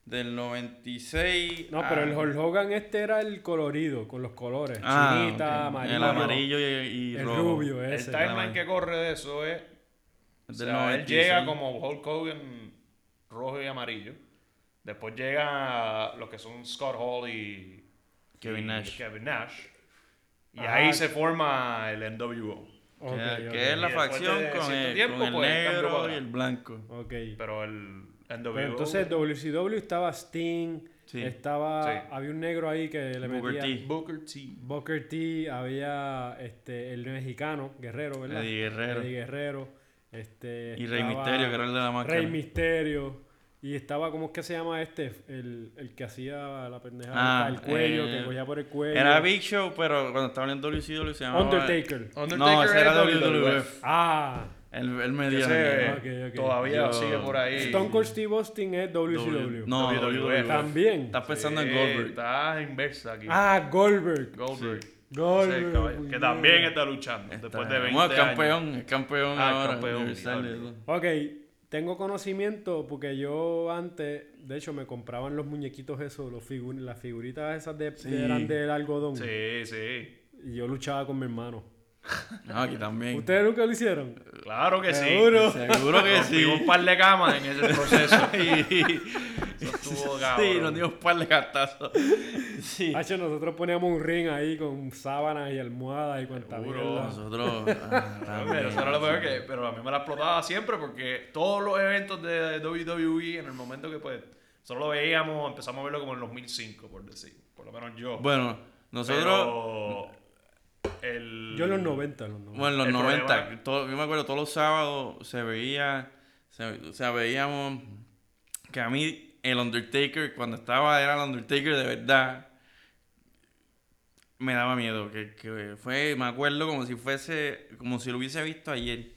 C: del 96.
B: No, pero
C: a-
B: el Hulk Hogan este era el colorido, con los colores.
C: ah,
B: chinita,
C: ok.
B: amarillo.
C: El amarillo y, y
B: el
C: rojo.
B: rubio eh.
A: El
B: ese.
A: timeline que corre de eso es. o
C: Del
A: sea, él
C: 96.
A: llega como Hulk Hogan rojo y amarillo. Después llega los que son Scott Hall y
C: Kevin
A: y
C: Nash.
A: Kevin Nash. Y
B: Ajá.
A: ahí se forma el NWO.
B: Ok,
C: Que- que
B: ok.
C: es la
A: Y después
C: facción
A: de
C: con
A: cierto
C: el,
A: tiempo,
C: con el
A: pues, el cambio
C: negro
A: para
C: y el
A: atrás.
C: blanco.
B: Ok.
A: Pero el NWO.
B: Pero entonces WCW estaba Sting,
C: Sí.
B: estaba...
A: Sí.
B: Había un negro ahí que le
C: Booker
B: metía...
C: T.
A: Booker T.
B: Booker T, había este, el mexicano, Guerrero, ¿verdad?
C: Eddie Guerrero.
B: Eddie Guerrero, Este,
C: Y Rey
B: estaba
C: Misterio, que era el de la máscara.
B: Rey Misterio. Y estaba, ¿cómo es que se llama este? El, el que hacía la pendejada,
C: Ah,
B: el cuello,
C: eh,
B: que cogía por el cuello.
C: Era Big Show, pero cuando estaba en WCW se llamaba.
B: Undertaker.
C: No, ese era WWF.
B: Ah,
C: Él, él me dio.
A: Ese,
B: Ok, ok.
A: Todavía
C: Yo-
A: sigue por ahí.
B: Stone Cold Steve Austin es WCW.
C: No,
A: WWE.
B: También.
C: Estás pensando
A: Sí,
C: en Goldberg.
A: Está inversa aquí.
B: Ah, Goldberg.
A: Goldberg.
B: Goldberg,
A: Ese caballo, que
B: puñeta.
A: también está luchando.
C: Está-
A: después de 20
C: bueno, es
A: años.
C: campeón, es campeón
A: Ah,
C: ahora.
A: campeón,
C: Universal y
A: diablo.
C: eso.
B: Ok, tengo conocimiento porque yo antes, de hecho, me compraban los muñequitos esos, los figu- las figuritas esas de,
C: Sí.
B: que eran del algodón.
A: Sí, sí.
B: Y yo luchaba con mi hermano.
C: No, aquí también.
B: ¿Ustedes nunca lo hicieron?
A: Claro que sí.
B: Seguro.
C: Seguro que
A: Rompimos
C: sí.
A: un par de camas en ese proceso. y eso estuvo cabrón.
C: Sí, nos dio un par de cartazos. Sí.
B: Hacho, nosotros poníamos un ring ahí con sábanas y almohadas y cuanta
A: Seguro.
B: mierda.
C: Nosotros. ah,
A: Pero eso era lo peor que, pero a mí me la explotaba siempre porque todos los eventos de WWE en el momento que pues solo lo veíamos, empezamos a verlo como en los 2005, por decir, por lo menos yo.
C: Bueno, nosotros.
A: Pero el-
B: Yo en los 90, los 90.
C: bueno, en los
A: el
C: 90,
A: problema-
C: todo- yo me acuerdo todos los sábados se veía. Se, o sea, veíamos. Que a mí, el Undertaker, cuando estaba, era el Undertaker de verdad. Me daba miedo. Que, que fue, me acuerdo como si fuese. Como si lo hubiese visto ayer.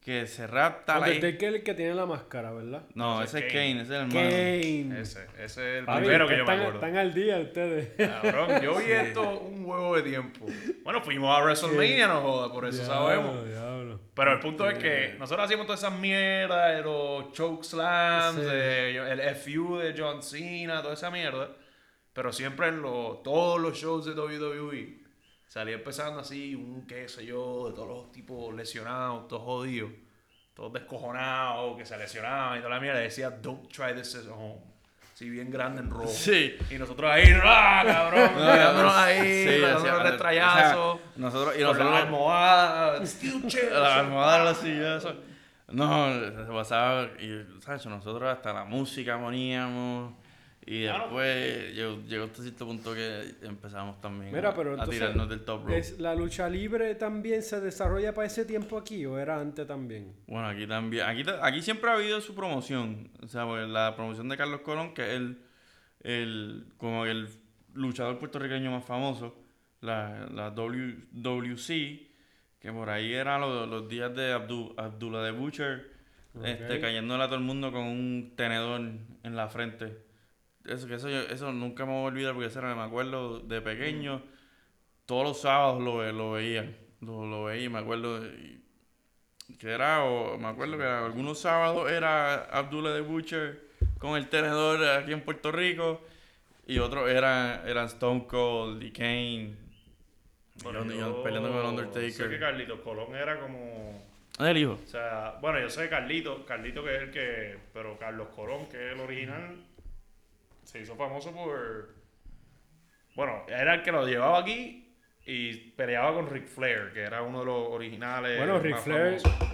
C: Que se rapta la.
B: Undertaker es el que tiene la máscara, ¿verdad?
C: No, ese es Kane, ese es el hermano.
B: Kane.
A: Ese, ese es el
B: Papi,
A: primero que yo me
B: están,
A: acuerdo.
B: Están al día ustedes.
A: Cabrón, yo vi esto un huevo de tiempo. Bueno, fuimos a WrestleMania, no joda, por eso
B: Diablo,
A: sabemos.
B: diablo.
A: Pero el punto es que nosotros hacíamos todas esas mierdas, de los choke slams,
B: Sí.
A: de- el FU de John Cena, toda esa mierda. Pero siempre en los- todos los shows de WWE salía empezando así, un qué sé yo, de todos los tipos lesionados, todos jodidos, todos descojonados, que se lesionaban y toda la mierda. Decía, don't try this at home. Sí, bien grande en rojo.
C: Sí.
A: Y nosotros ahí, ¡ah, cabrón!
C: No,
A: Quedándonos
C: no,
A: ahí,
C: sí,
A: dándonos
C: hacía-
A: el retrayazo.
C: o sea, nosotros, y
A: Con
C: nosotros,
A: la almohada, steel chair,
C: la almohada, la silla, eso. No, se pasaba, y, ¿sabes? Nosotros hasta la música poníamos, y
A: Claro.
C: después llegó, llegó hasta cierto punto que empezamos también
B: Mira,
C: a-
B: pero
C: a,
B: entonces,
C: tirarnos del top rope.
B: ¿Es- ¿La lucha libre también se desarrolla para ese tiempo aquí o era antes también?
C: Bueno, aquí también, aquí, ta- aquí siempre ha habido su promoción, o sea, pues, la promoción de Carlos Colón, que es el, el- como el luchador puertorriqueño más famoso, la, la W- WC, que por ahí eran los, los días de Abdu- Abdullah de Butcher, este,
B: Ok.
C: cayéndole a todo el mundo con un tenedor en la frente. Eso, que eso, yo- eso nunca me voy a olvidar porque eso era, me acuerdo de pequeño, todos los sábados lo, ve- lo veía, lo, lo veía, me acuerdo de- que era, o me acuerdo que algunos sábados era Abdullah de Butcher con el tenedor aquí en Puerto Rico y otros eran, eran Stone Cold y Kane. Y
A: Bueno,
C: yo-
A: yo
C: yo peleando con el
A: Sé que
C: Undertaker.
A: Carlitos Colón era como.
C: Ah, el hijo.
A: O sea, bueno, yo sé que Carlito, Carlito que es el que. Pero Carlos Colón, que es el original, se hizo famoso por. Bueno, era el que lo llevaba aquí y peleaba con Ric Flair, que era uno de los originales.
B: Bueno,
A: más
B: Ric Flair,
A: famosos.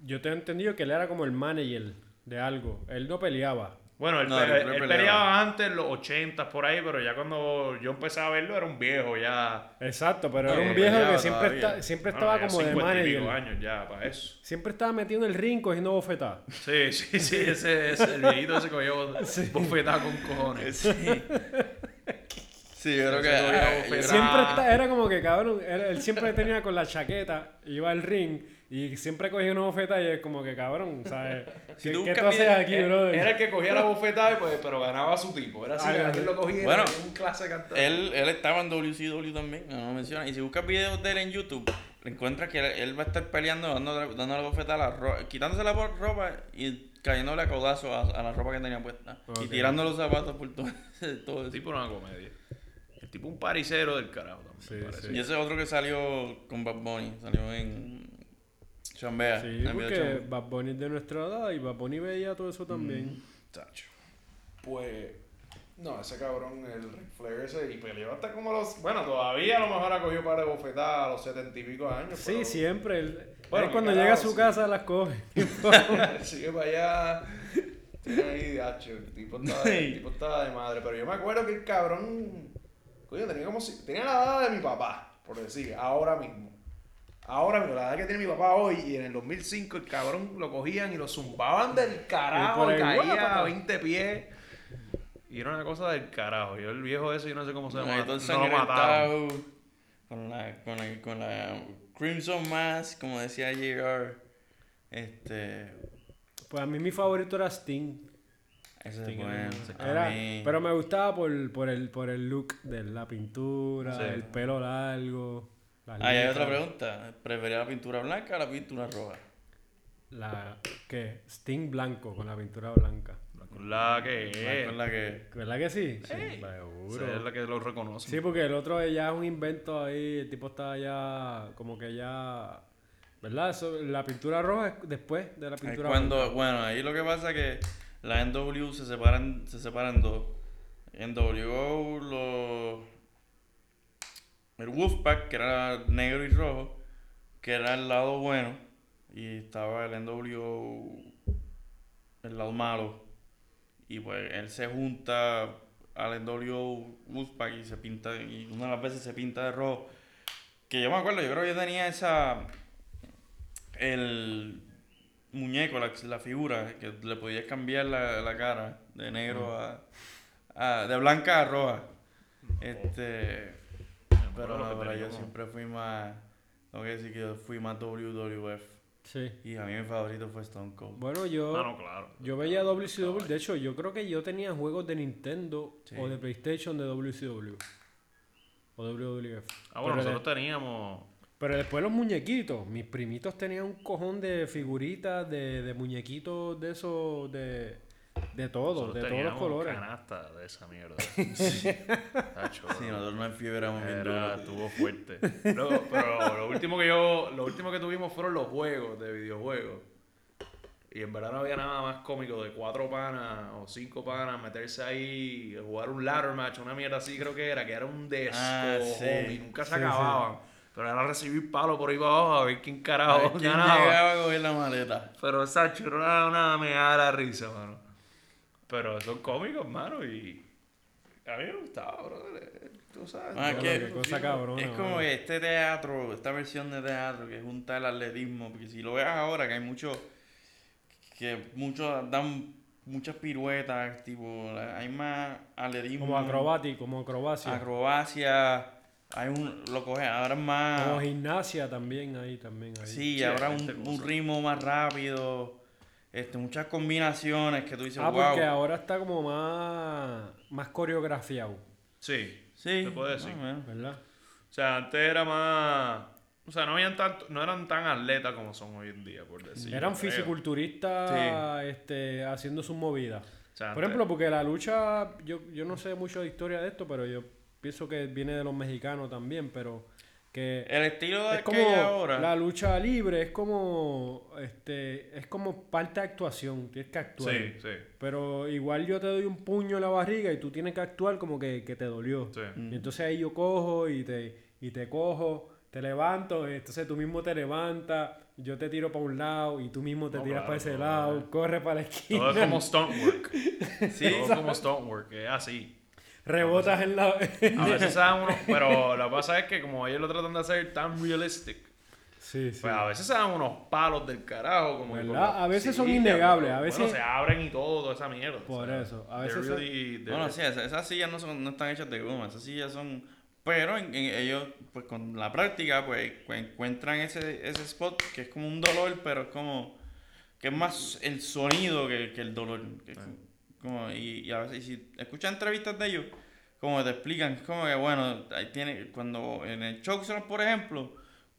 B: yo te he entendido que él era como el manager de algo. Él no peleaba.
A: Bueno, él,
C: No,
A: pe-
C: Ric Flair
A: él
C: peleaba.
A: peleaba antes, en los 80 por ahí, pero ya cuando yo empecé a verlo era un viejo ya.
B: Exacto, pero
C: No,
B: era un
C: no
B: viejo
C: peleaba
B: que siempre,
C: todavía.
B: esta- siempre
A: bueno,
B: estaba
A: ya
B: como de
A: 50 y pico
B: manager.
A: años ya para eso.
B: Siempre estaba metido en el ring cogiendo bofetadas.
A: Sí, sí, sí, ese es el viejito ese cogió bofetada con cojones.
C: Sí. sí, yo creo que.
A: Ese cogía
C: ah, yo
A: bofetadas.
C: creo-
B: Siempre está- era como que cabrón, él, él siempre tenía con la chaqueta, iba al ring y siempre cogía una bofeta y es como que cabrón, ¿sabes?
C: Si
B: ¿Qué,
C: tú
B: qué tú
C: buscas
B: haces
C: bien,
B: aquí,
A: Era-
B: brother?
A: Era el que cogía la bofetada, y pues, pero ganaba a su tipo. Era así,
B: Ah,
A: él
B: claro.
A: lo cogía
C: Bueno,
A: en un clase cantando.
C: Él, él estaba en WCW también, no lo menciona. Y si buscas videos de él en YouTube, encuentras que él, él va a estar peleando, dándole, dándole bofetadas a la ropa, quitándose la bo- ropa y cayéndole a codazos a, a la ropa que tenía puesta. Y
B: Ok.
C: tirando los zapatos por todo, todo
A: El
C: eso.
A: tipo era una comedia. El tipo un paricero del carajo también.
B: Sí,
A: me parece.
B: sí.
C: Y ese otro que salió con Bad Bunny, salió en Chambea. en
B: Sí,
C: el video de
B: porque
C: Chambea.
B: Bad Bunny es de nuestra edad y Bad Bunny veía todo eso también.
A: Chacho. Pues. No, ese cabrón, el Ric Flair ese, y peleó hasta como los. Bueno, todavía a lo mejor ha cogido para de bofetadas a los setenta y pico años.
B: Sí,
A: pero-
B: siempre. Él,
A: Bueno,
B: él cuando
A: mi
B: llega a
A: carajo,
B: su
A: sí.
B: casa las coge.
A: Sigue para allá. Tiene ahí, hacho, el tipo estaba de, el tipo estaba de madre. Pero yo me acuerdo que el cabrón. Coño, tenía como si- Tenía la edad de mi papá, por decir, ahora mismo. Ahora mismo, la edad que tiene mi papá hoy, y en el 2005 el cabrón lo cogían y lo zumbaban del
B: Y
A: carajo
B: por
A: y,
B: ahí, guau,
A: caía
B: papá.
A: a 20 pies. Y era una cosa del carajo. Yo el viejo ese, yo no sé cómo se
C: Con
A: llama.
C: el todo
A: No lo mataron.
C: ensangrentado, con la, con, la, con la Crimson Mask, como decía JR. Este.
B: Pues a mí mi favorito era Sting.
C: Ese
B: Sting
C: es bueno.
B: era-
C: ese-
B: era-
C: a mí-
B: pero me gustaba por, por, el, por el look de la pintura,
A: Sí.
B: el pelo largo. las
C: Ah, y hay
B: letras.
C: otra pregunta. ¿Prefería la pintura blanca o la pintura roja?
B: La, ¿Qué? Sting blanco con la pintura blanca.
A: La que
C: Blanco es
A: es.
C: la que.
B: ¿Verdad que sí? Sí,
A: O
B: seguro.
A: sea, es la que lo reconoce.
B: Sí, porque el otro ya es un invento ahí, el tipo está ya como que ya... ¿Verdad? Eso- la pintura roja es después de la
C: Ahí
B: pintura
C: cuando,
B: blanca.
C: bueno, ahí lo que pasa es que la NW se separan, se separan dos. NWO, los, el Wolfpack, que era negro y rojo, que era el lado bueno, y estaba el NWO, el lado malo. Y pues él se junta al NWO Wolfpack y se pinta, y una de las veces se pinta de rojo. Que yo me acuerdo, yo creo que yo tenía esa. El muñeco, la, la figura, que le podías cambiar la, la cara de negro a, a- de blanca a roja. Este. Pero no, pero yo siempre fui más. Tengo que decir que yo fui más WWF.
B: Sí.
C: Y a mí mi favorito fue Stone Cold.
B: Bueno, yo...
A: Ah, no, claro.
B: Yo veía WCW, de hecho, yo creo que yo tenía juegos de Nintendo
C: Sí.
B: o de PlayStation de WCW. O WWF.
A: Ah, bueno,
B: pero, de-
A: nosotros teníamos.
B: pero después los muñequitos. Mis primitos tenían un cojón de figuritas, de, de muñequitos de esos, de,
A: nosotros
B: de todo, de todos los
A: teníamos
B: colores.
A: canasta de esa mierda. Tacho,
C: Sí, nosotros no enfibramos bien
A: Era,
C: duro.
A: estuvo fuerte. Luego, pero lo último que yo, lo último que tuvimos fueron los juegos de videojuegos. Y en verdad no había nada más cómico de cuatro panas o cinco panas meterse ahí, jugar un ladder match, una mierda así creo que era, que era un desco
C: Ah, sí.
A: y nunca se
B: Sí, sí.
A: acababan. Pero era recibir palo por ahí para abajo a ver quién
C: A ver
A: carajo
C: ¿Quién
A: ganaba.
C: llegaba a coger la maleta?
A: Pero esa churrada una me da la risa, mano. Pero son cómicos, mano, y a mí me gustaba, brother. eh, Tú sabes.
C: Ah,
A: yo-
B: Bueno,
C: que-
B: qué cosa cabrona.
C: Es como
B: mano.
C: que este teatro, esta versión de teatro que junta el atletismo, porque si lo veas ahora que hay muchos que muchos dan muchas piruetas, tipo, hay más atletismo,
B: Como acrobático, como acrobacia.
C: acrobacia, hay un lo coge, ahora es más
B: Como gimnasia también ahí, también ahí.
C: sí,
A: Sí,
C: ahora
A: hay
C: un,
A: gente
C: un
A: cosa.
C: ritmo más rápido. Este, muchas combinaciones que tú dices,
B: Ah,
C: wow.
B: porque ahora está como más, más coreografiado,
A: Sí.
C: Sí.
A: Se puede decir.
C: más o menos.
B: ¿verdad?
A: O sea, antes era más. O sea, no, habían tanto, no eran tan atletas como son hoy en día, por decir.
B: Eran
A: yo creo.
B: fisiculturistas este, haciendo sus movidas.
A: O sea,
B: Por
A: antes-
B: ejemplo, porque la lucha, yo, yo no sé mucho de historia de esto, pero yo pienso que viene de los mexicanos también, pero que
C: El estilo de
B: es como
C: aquella ahora.
B: la lucha libre, es como este, es como parte de actuación, tienes que actuar.
A: Sí, sí.
B: Pero igual yo te doy un puño en la barriga y tú tienes que actuar como que, que te dolió.
A: Sí.
B: Y entonces ahí yo cojo y te, y te cojo, te levanto, entonces tú mismo te levantas, yo te tiro para un lado y tú mismo te
A: No,
B: tiras
A: claro,
B: para ese
A: no,
B: lado,
A: no.
B: corre para la esquina.
A: Todo es como stunt work.
C: Sí,
A: Todo es como stunt work, es así.
B: Rebotas en la.
A: A veces se dan unos. Pero lo que pasa es que como ellos lo tratan de hacer tan realistic,
B: sí, sí.
A: pues a veces se dan unos palos del carajo. Como que
B: ¿Verdad?
A: como-
B: A veces son innegables,
A: cabrón.
B: a veces-
A: Bueno, se abren y todo, toda esa mierda.
B: Por eso, a
A: they're
B: veces son-
A: really- they're-
C: Bueno, sí, esas, esas sillas no, son, no están hechas de goma, esas sillas son... Pero en- en ellos, pues con la práctica, pues cu- encuentran ese, ese spot que es como un dolor, pero es como... Que es más el sonido que, que el dolor. que es como, y, y a veces, y si escuchas entrevistas de ellos, como que te explican, es como que, bueno, ahí tiene, cuando en el Chokeslam, por ejemplo,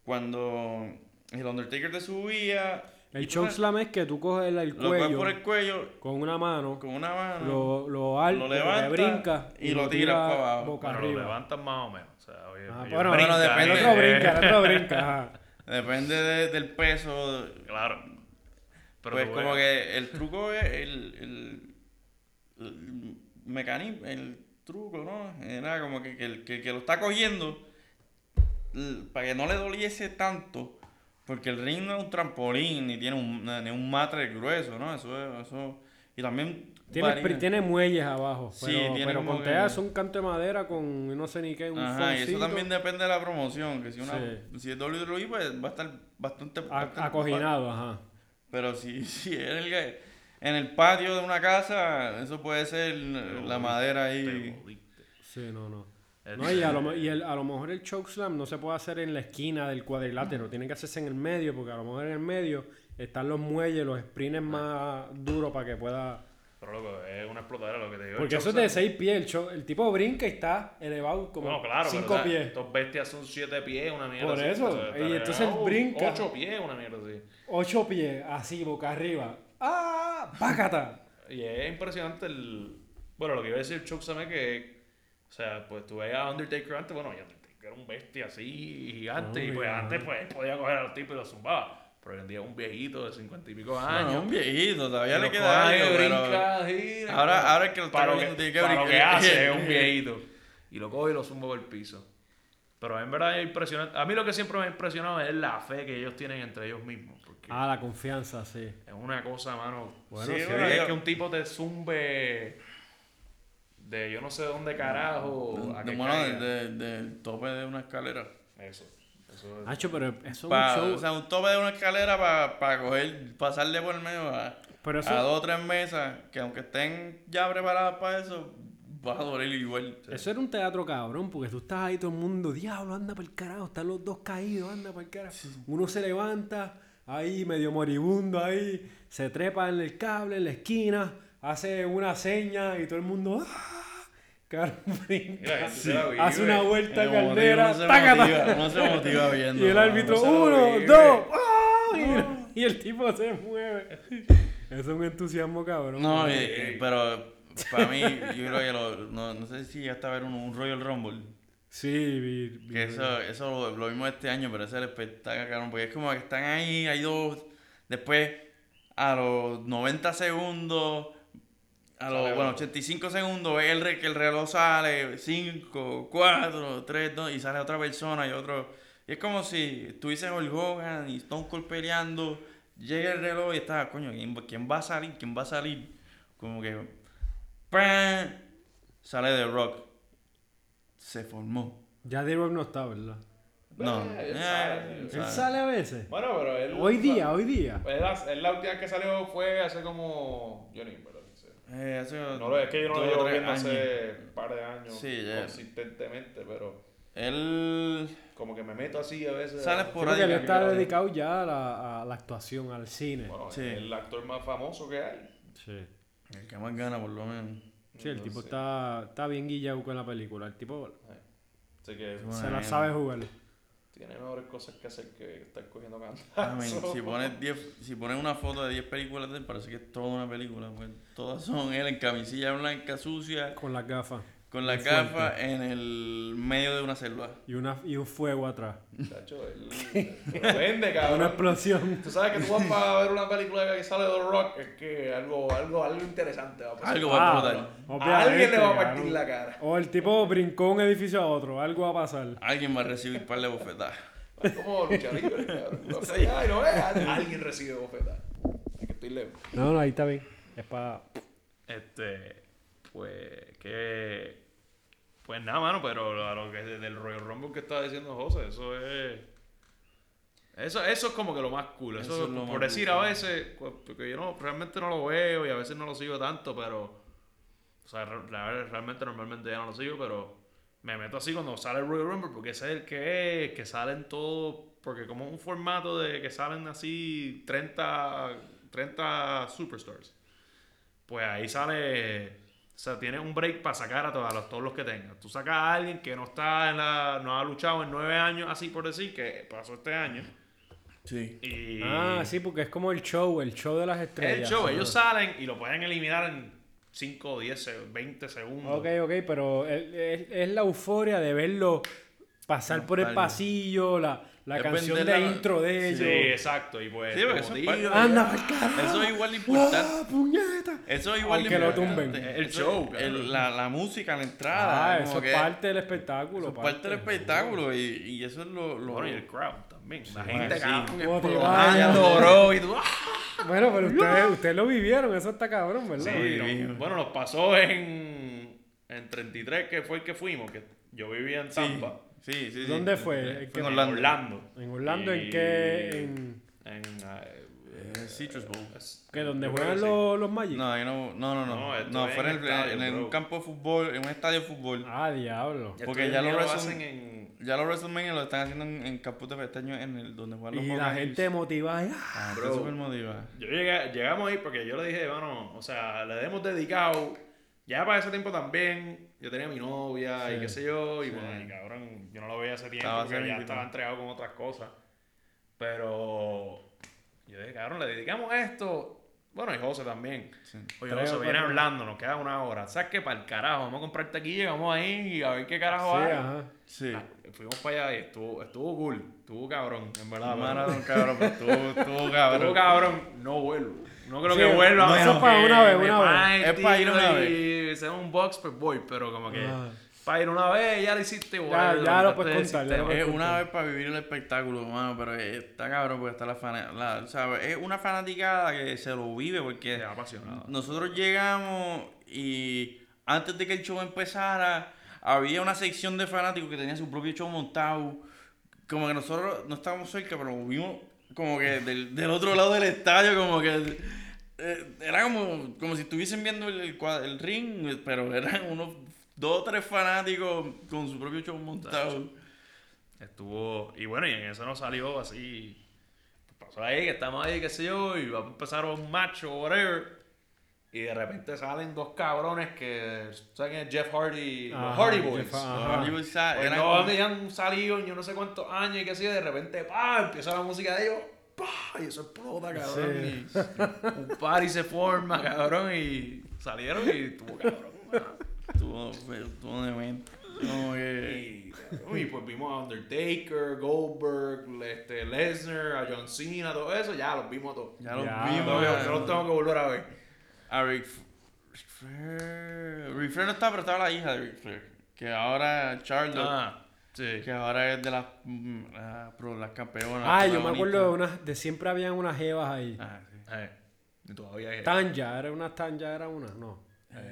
C: cuando el Undertaker te subía...
B: El
C: y tú sabes,
B: chokeslam es que tú coges el, el
C: Lo coges
B: cuello
C: por el cuello
B: con una mano,
C: con una mano...
B: lo, lo alto,
C: lo levantas
B: brinca
C: y lo tiras para abajo.
B: boca
A: Bueno, lo
B: arriba.
A: levantan más o menos. O sea, oye,
B: Ah,
A: ellos
B: bueno, bueno,
A: brincan,
B: depende. El
A: eh,
B: otro brinca, el otro brinca. ajá.
C: Depende de- del peso.
A: Claro. Pero
C: pues
A: tú
C: como
A: ves-
C: que el truco es el, el, mecanismo, el truco, ¿no? Era como que, que el que, que lo está cogiendo, l- para que no le doliese tanto, porque el ring no es un trampolín, ni tiene un, ni un matre grueso, ¿no? Eso es, eso... Y también...
B: Tiene,
C: varía.
B: pri- tiene muelles abajo.
C: Sí,
B: Pero,
C: tiene
B: pero
C: como
B: con
C: que-
B: teas un canto de madera con no sé ni qué, un
C: Ajá, y eso
B: foncito.
C: también depende de la promoción, que si, una,
B: Sí.
C: si es WWE, pues va a estar bastante...
B: A-
C: bastante-
B: acoginado, ajá.
C: Pero si, si es el que- en el patio de una casa, eso puede ser la madera
A: Te
C: ahí.
A: jodiste.
B: Sí, no, no.
A: El-
B: No, y a lo, mo- y el- a lo mejor el chokeslam no se puede hacer en la esquina del cuadrilátero, tiene que hacerse en el medio, porque a lo mejor en el medio están los muelles, los sprints más duros para que pueda.
A: Pero loco, es una explotadera lo que te digo.
B: Porque
A: El
B: eso es
A: Chaucer-
B: de 6 pies. El, cho- el tipo brinca y está elevado como
A: Bueno, claro,
B: 5
A: pero, o sea,
B: pies.
A: Estos bestias son 7 pies, una mierda.
B: Por
A: así,
B: eso,
A: o sea,
B: y entonces
A: están-
B: brinca.
A: Ocho pies, una mierda así.
B: 8 pies, así, boca arriba. ¡Ah! ¡Pácata!
A: Y es impresionante el. Bueno, lo que iba a decir Chuck Same que. O sea, pues tú veías a Undertaker antes, bueno, ya Undertaker era un bestia así gigante. y pues
B: Obvio.
A: antes, pues, él podía coger al tipo y lo zumbaba. Pero hoy en día es un viejito de cincuenta y pico
C: Bueno,
A: años.
C: un viejito, todavía
A: Y
C: le
A: los
C: queda
A: coge,
C: algo, pero-
A: brinca, gira,
C: Ahora-
A: pues,
C: ahora es que lo está
A: para
C: viendo, tiene que
A: para lo
C: brincar.
A: que hace es un viejito. Y lo coge y lo zumba por el piso. Pero en verdad es impresionante. A mí lo que siempre me ha impresionado es la fe que ellos tienen entre ellos mismos. Porque
B: Ah, la confianza, sí.
A: es una cosa, mano.
B: Bueno,
C: Sí,
B: sí.
C: bueno,
A: es
C: yo-
A: que un tipo te zumbe de yo no sé dónde
B: Oh,
A: carajo. a
C: de,
A: que
C: bueno,
A: caiga.
C: de- del tope de una escalera.
A: Eso. Eso es.
B: Nacho, pero eso es un
C: Pa-
B: show.
C: o sea, un tope de una escalera para coger, pasarle por el medio a,
B: Pero eso-
C: a dos o tres mesas, que aunque estén ya preparadas para eso, va a doler igual.
B: Eso era un teatro cabrón, porque tú estás ahí todo el mundo, diablo, anda para el carajo, están los dos caídos, anda para el carajo. Uno se levanta, ahí medio moribundo, ahí, se trepa en el cable, en la esquina, hace una seña y todo el mundo, ¡ah! Cabrón, brinca.
A: Mira, tú te la vives.
B: hace una vuelta
C: Como digo,
B: caldera,
C: uno se
B: tácata.
C: motiva- uno se motiva viendo.
B: Y el
C: ¿no?
B: árbitro,
C: Uno se lo
B: uno,
C: vive.
B: dos, ¡ah! Y, y el tipo se mueve. Eso es un entusiasmo cabrón.
C: No, eh, eh, pero para mí, yo creo que lo- no, no sé si llegaste a ver un, un Royal Rumble.
B: Sí, vi- vi-
C: Que eso, eso lo, lo vimos este año, pero ese es el espectáculo, cabrón, porque es como que están ahí, hay dos, después a los 90 segundos, a los,
A: Sale
C: bueno,
A: otro.
C: 85 segundos, ves el, re- que el reloj sale, 5, 4, 3, 2, y sale otra persona y otro. Y es como si estuviese Hulk Hogan y Stone Cold peleando, llega el reloj y está, coño, ¿quién, va- quién va a salir? ¿Quién va a salir? Como que, ¡pam! Sale The Rock. Se formó.
B: Ya The Rock no está, ¿verdad?
C: No.
A: Bueno, él
C: Eh,
A: sale,
C: él
A: él
B: Él
C: sale.
B: sale a veces.
A: Bueno, pero él.
B: Hoy día, hoy día.
A: Él, hace- él la última vez que salió fue hace como. Yo ni me acuerdo, no sé.
C: Eh, hace
A: No lo es que yo no lo
C: dos o
A: llevo
C: tres
A: viendo
C: años.
A: hace un par de años
C: Sí, ya.
A: consistentemente, pero
C: Él
A: como que me meto así a veces.
C: sale
B: Yo Creo
C: por
B: que él
C: ahí.
B: está dedicado ya a la, a la actuación, al cine.
A: Bueno,
C: Sí.
A: es el actor más famoso que hay.
B: Sí.
C: El que más gana, por lo menos.
B: Sí, el tipo
A: Entonces,
B: está, está bien guillado con la película. El tipo
A: Así que
C: Bueno,
B: se la
C: eh,
B: sabe jugar.
A: tiene mejores cosas que hacer que estar cogiendo
C: I mean,
A: cantazos.
C: si pones diez- si pones una foto de 10 películas de él, parece que es toda una película. pues, todas son él en camisilla blanca sucia,
B: Con las gafas.
C: con la
B: Muy
C: gafa en el medio de una selva.
B: Y, una, y un fuego atrás.
A: Chacho, él lo vende,
B: Una
A: cabrón.
B: explosión.
A: Tú sabes que tú vas para ver una película que sale de The Rock, es que algo, algo, algo interesante va a pasar.
C: Algo va a
B: Ah,
C: explotar.
A: a
B: obviamente,
A: alguien le va a partir
B: cabrón.
A: la cara.
B: O el tipo brincó de un edificio a otro. Algo va a pasar.
C: Alguien va a recibir un par de bofetadas.
A: Es como lucha libre, cabrón. Tú vas allá y no ves, alguien recibe bofetada. Hay que estoy lejos.
B: No, no, ahí está bien. Es para...
A: Este, pues, que. Pues nada, mano, pero a lo que del Royal Rumble que estaba diciendo José, eso es. Eso, eso es como que lo más cool. Eso,
C: Eso es lo
A: por
C: más
A: decir
C: cool,
A: a
C: sí.
A: veces, pues, porque yo no, realmente no lo veo y a veces no lo sigo tanto, pero. O sea, re- la- realmente normalmente ya no lo sigo, pero me meto así cuando sale el Royal Rumble porque ese es el que es, que salen todos. Porque como es un formato de que salen así 30, 30 superstars pues ahí sale. O sea, tiene un break para sacar a todos los, todos los que tengas. Tú sacas a alguien que no está en la, no ha luchado en nueve años, así por decir, que pasó este año.
C: Sí.
A: Y
B: Ah, sí, porque es como el show, el show de las
A: es
B: estrellas.
A: el show.
B: Ah.
A: Ellos salen y lo pueden eliminar en 5, 10, se- 20 segundos.
B: Ok, ok, pero es, es- es la euforia de verlo pasar por el
C: Nostalgia.
B: pasillo, la, la
C: Es
B: canción
C: vender
B: de
C: la-
B: intro de
A: Sí,
B: ellos.
A: exacto. Y pues.
C: Sí, porque
A: como
C: eso es
A: digo,
C: parte-
B: ¡Anda, pa'l carajo!
C: Eso es igual de importante.
B: ¡Ah, puñeta!
C: Eso es igual de
B: Aunque lo
C: importante.
B: tumben.
A: El
C: Eso-
A: show,
C: el-
A: cabrón.
C: la, la música, la entrada.
B: Ah,
C: como
B: eso
C: que-
B: es parte del espectáculo.
C: eso es parte del espectáculo. Y, y Ah, eso es lo. lo-
A: bueno, y el crowd también. La
C: bueno,
A: gente
C: sí.
A: cabrón,
B: Como te
A: explotando,
B: vaya.
A: bro, y tú, ¡ah!
B: Bueno, pero ustedes, ustedes lo vivieron, eso está cabrón, ¿verdad?
A: Sí, no.
C: hijo.
A: bueno, nos pasó en, en 33, que fue el que fuimos, que yo vivía en
C: Sí,
A: Tampa.
C: sí, sí, sí.
B: ¿Dónde fue?
C: Eh,
B: ¿En
C: fue
B: qué-
C: en
A: Orlando.
C: Orlando.
B: En Orlando, ¿en
A: Y-
B: qué? En,
A: En, eh,
C: Eh, Citrus Bowl.
A: es-
B: que ¿Donde
A: yo creo que
B: juegan
A: sí.
B: los, los Magic?
C: No, yo no, no, no,
A: No,
C: no.
A: esto
C: No,
A: es
C: fue
A: en
C: en, el-
A: estadio,
C: en
A: bro.
C: un campo de fútbol, en un estadio de fútbol.
B: Ah, diablo.
A: Estos
C: porque ya lo
A: videos
C: resumen-
A: hacen en,
C: Ya los WrestleMania lo están haciendo en, en Campus de Pestaño, en el, donde juegan los
B: Y la
C: Hawkeyes.
B: gente motivada. y, ah,
C: La gente
A: Bro.
C: súper ah, motivada.
A: Yo llegué- llegamos ahí porque yo le dije, mano, o sea, le hemos dedicado. Ya para ese tiempo también, yo tenía mi novia y
B: Sí,
A: qué sé yo, y
C: sí.
A: bueno, y cabrón, yo no lo veía hace tiempo
C: Estaba
A: porque ya
C: cerquita.
A: estaba entregado con otras cosas. Pero yo dije, cabrón, le dedicamos esto. Bueno, y José también.
C: Sí.
A: Oye,
B: Tres
A: José,
B: o
A: viene
B: cuatro.
A: hablando, nos queda una hora. ¿Sabes qué? Para el carajo, vamos a comprar taquilla, vamos ahí y a ver qué
C: Ah,
A: carajo
B: sí,
A: hay.
B: ajá.
C: Sí.
A: Ah, Fuimos para allá y estuvo, estuvo cool, estuvo cabrón, en verdad. pero-
C: Maradón, Ah, cabrón, pero estuvo, estuvo cabrón.
A: Tú, cabrón, no vuelvo. No creo
B: Sí,
A: que vuelva.
B: no,
A: a
B: eso
A: menos
B: es para
A: que
B: una vez,
A: me
B: una vez.
A: paguen,
C: Es para ir
A: tío,
C: una
A: Y sea un box, pues voy, pero como que.
B: Ah.
A: Para ir una vez, ya lo hiciste, whatever,
B: ya
A: montaste
B: lo puedes
A: el
B: contar, ya
A: sistema.
B: lo puedes-
C: Es una vez para vivir el espectáculo, mano, pero eh, está cabrón porque está la fanática. O sea, es una fanaticada que se lo vive porque
A: Es apasionado.
C: nosotros llegamos y antes de que el show empezara, había una sección de fanáticos que tenía su propio show montado. Como que nosotros no estábamos cerca, pero lo vimos como que del, del otro lado del estadio, como que. eh, era como, como si estuviesen viendo el, el cua- el ring, pero eran unos dos o tres fanáticos con su propio show montado.
A: Estuvo. Y bueno, y en eso no salió así. Pasó ahí, que estamos ahí, qué sé yo, y va a empezar un match o whatever. Y de repente salen dos cabrones que. ¿Saben quién es Jeff Hardy?
B: Ajá,
A: los Hardy
B: Jeff-
A: Boys.
B: ajá.
C: Los Hollywood Sa-
A: Pues
C: eran
A: no,
C: como-
A: que ya han salido en yo no sé cuántos años y qué sé yo, de repente, pa, empieza la música de ellos, pa, y eso explota, cabrón,
B: Sí.
A: y un party se forma, cabrón, y salieron y estuvo cabrón, mano.
C: Estuvo, fue- estuvo un evento. Como que-
A: y, cabrón, y pues vimos a Undertaker, Goldberg, este, Lesnar, a John Cena, todo eso, ya los vimos a todos.
C: Ya los
B: Ya,
A: No,
C: vimos.
A: yo-
C: ya.
A: yo los tengo que volver a ver.
C: A Ric F- Ric Flair. Ric Flair no estaba, pero estaba la hija de Ric Flair. Que ahora Charlotte.
A: Ah, sí.
C: Que ahora es de las, mm, ah, pro- las campeonas.
B: Ah, yo me acuerdo de
C: protagonistas.
B: unas. De siempre habían unas jevas ahí.
C: Ah, sí.
A: Eh, y todavía es-
B: Tanja, era una Tanja, era una. No.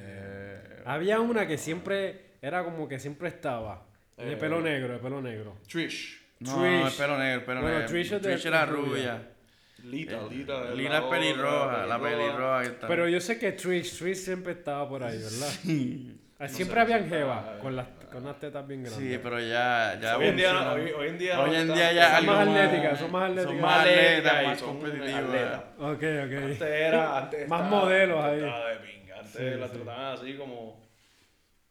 A: eh,
B: Había una que siempre. Era como que siempre estaba. De
A: Eh.
B: pelo negro, de pelo negro.
A: Trish,
C: No,
B: Trish.
C: el pelo negro, el pelo
B: Bueno,
C: negro.
B: Trish es de-
C: era
B: es rubia.
C: rubia.
A: Lita, Lita.
C: Lila
A: es
C: Lila Eh, es
A: otra,
C: pelirroja, la pelirroja que está.
B: Pero yo sé que Trish, Trish siempre estaba por ahí, ¿verdad? Ah, Siempre
A: sé,
B: habían
A: siempre
B: jevas
A: estaba-
B: con las, con las tetas bien grandes.
C: Ah, Sí, pero ya. ya
A: hoy en día, no,
C: evolucionó.
A: hoy, hoy en día,
C: Hoy
A: no
C: en
A: está-
C: día ya
B: Son más
C: algo
B: atléticas, son más
C: Son
B: atléticas.
C: más atléticas,
A: y
C: más
A: son
C: competitivas.
A: atletas.
B: Ok,
A: Antes
B: ok.
A: era, antes
B: Más
A: estaba-
B: modelos
A: antes
B: ahí.
A: estaba de pinga, Antes
B: Sí,
A: la
B: sí.
A: trataban así como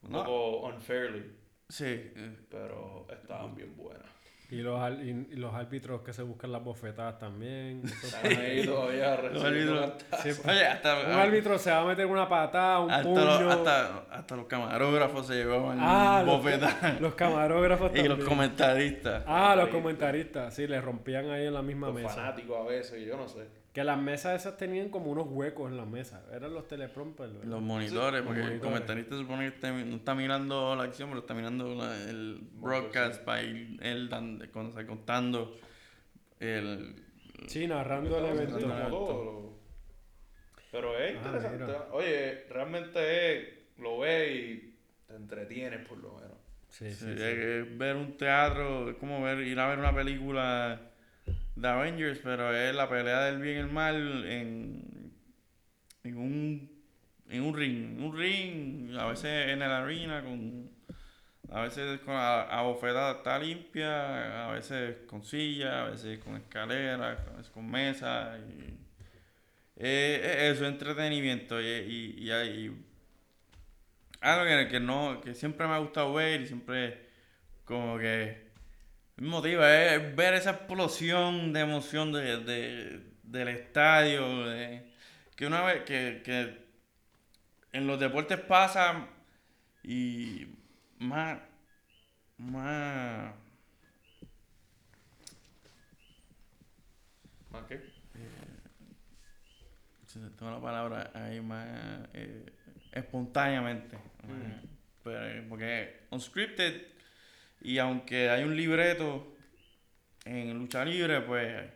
A: un
C: No.
A: poco unfairly,
C: Sí. eh.
A: pero estaban bien buenas.
B: Y los, al- y, y los árbitros que se buscan las bofetadas también. eso
A: Están
B: pasa.
A: ahí todavía
C: Los
A: recibiendo
C: árbitros.
A: las-
B: Siempre-
C: Oye, hasta.
B: Un árbitro se va a meter una patada, un
C: Ah. Hasta,
B: puño.
C: los, hasta, hasta los camarógrafos se llevaban
B: Ah, los,
C: bofetadas.
B: los camarógrafos
C: y los
B: también.
C: comentaristas.
B: Ah, los
A: Comentaristas.
B: comentaristas. Sí, le rompían ahí en la misma
A: los
B: mesa.
A: fanáticos a veces, yo no sé.
B: Que las mesas esas tenían como unos huecos en la mesa. Eran los teleprompters. ¿verdad?
C: Los monitores, porque el
B: monitores.
C: comentarista se supone que está- no está mirando la acción, pero está mirando la- el broadcast para ir él dan- con- o sea, contando el...
B: Sí, narrando el
A: Sí,
B: evento.
A: como todo, lo- Pero es
B: Ah,
A: interesante.
B: mira.
A: Oye, realmente es- lo ves y te entretienes por lo menos.
B: Sí,
C: Sí,
B: sí,
C: eh, es-
B: sí.
C: es ver un teatro, es como ver, ir a ver una película de Avengers, pero es la pelea del bien y el mal en, en un en un ring, un ring, a veces en la arena con a veces con a, a bofetada está limpia, a veces con silla, a veces con escalera, a veces con mesa y eh, es eso, entretenimiento y, y, y hay- algo que, que no, que siempre me ha gustado ver y siempre como que me motiva es ver esa explosión de emoción de, de- del estadio de- que una vez que, que en los deportes pasa y más más
A: ¿Más qué?
C: si no tengo la palabra ahí más eh, espontáneamente.
A: Mm.
C: Pero, eh, porque unscripted, y aunque hay un libreto en lucha libre, pues